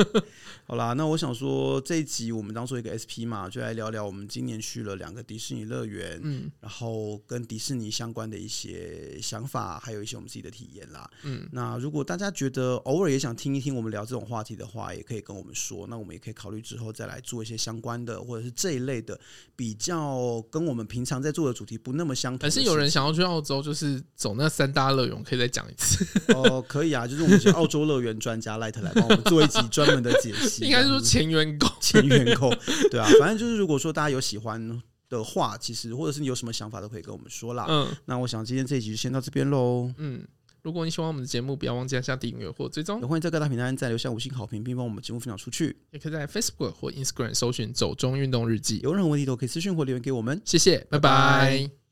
B: 好啦，那我想说这一集我们当做一个 SP 嘛，就来聊聊我们今年去了两个迪士尼乐园，
A: 嗯，
B: 然后跟迪士尼相关的一些想法，还有一些我们自己的体验啦。
A: 嗯，
B: 那如果大家觉得偶尔也想听一听我们聊这种话题的话，也可以跟我们说，那我们也可以考虑之后再来做一些相关的，或者是这一类的比较跟我们平常在做的主题不那么相同
A: 还
B: 的事
A: 是
B: 情。
A: 有人想要去澳洲，就是走那三大乐园，我可以再讲一次。
B: 哦，可以啊，就是我们请澳洲乐园专家 Light 来帮我们做一集专门的 解析，
A: 应该是
B: 这
A: 说
B: 样子
A: 前员工。
B: 前员工，对啊， 反正就是如果说大家有喜欢的话，其实或者是你有什么想法都可以跟我们说啦。
A: 嗯
B: 那我想今天这一集就先到这边喽。
A: 嗯，如果你喜欢我们的节目，不要忘记按下订阅或追踪
B: 也，欢迎在各大平台再留下五星好评，并帮我们节目分享出去。
A: 也可以在 Facebook 或 Instagram 搜寻“走中运动日记
B: 有任何问题都可以私信或留言给我们”。。
A: 谢谢，拜
B: 拜
A: 拜。
B: 拜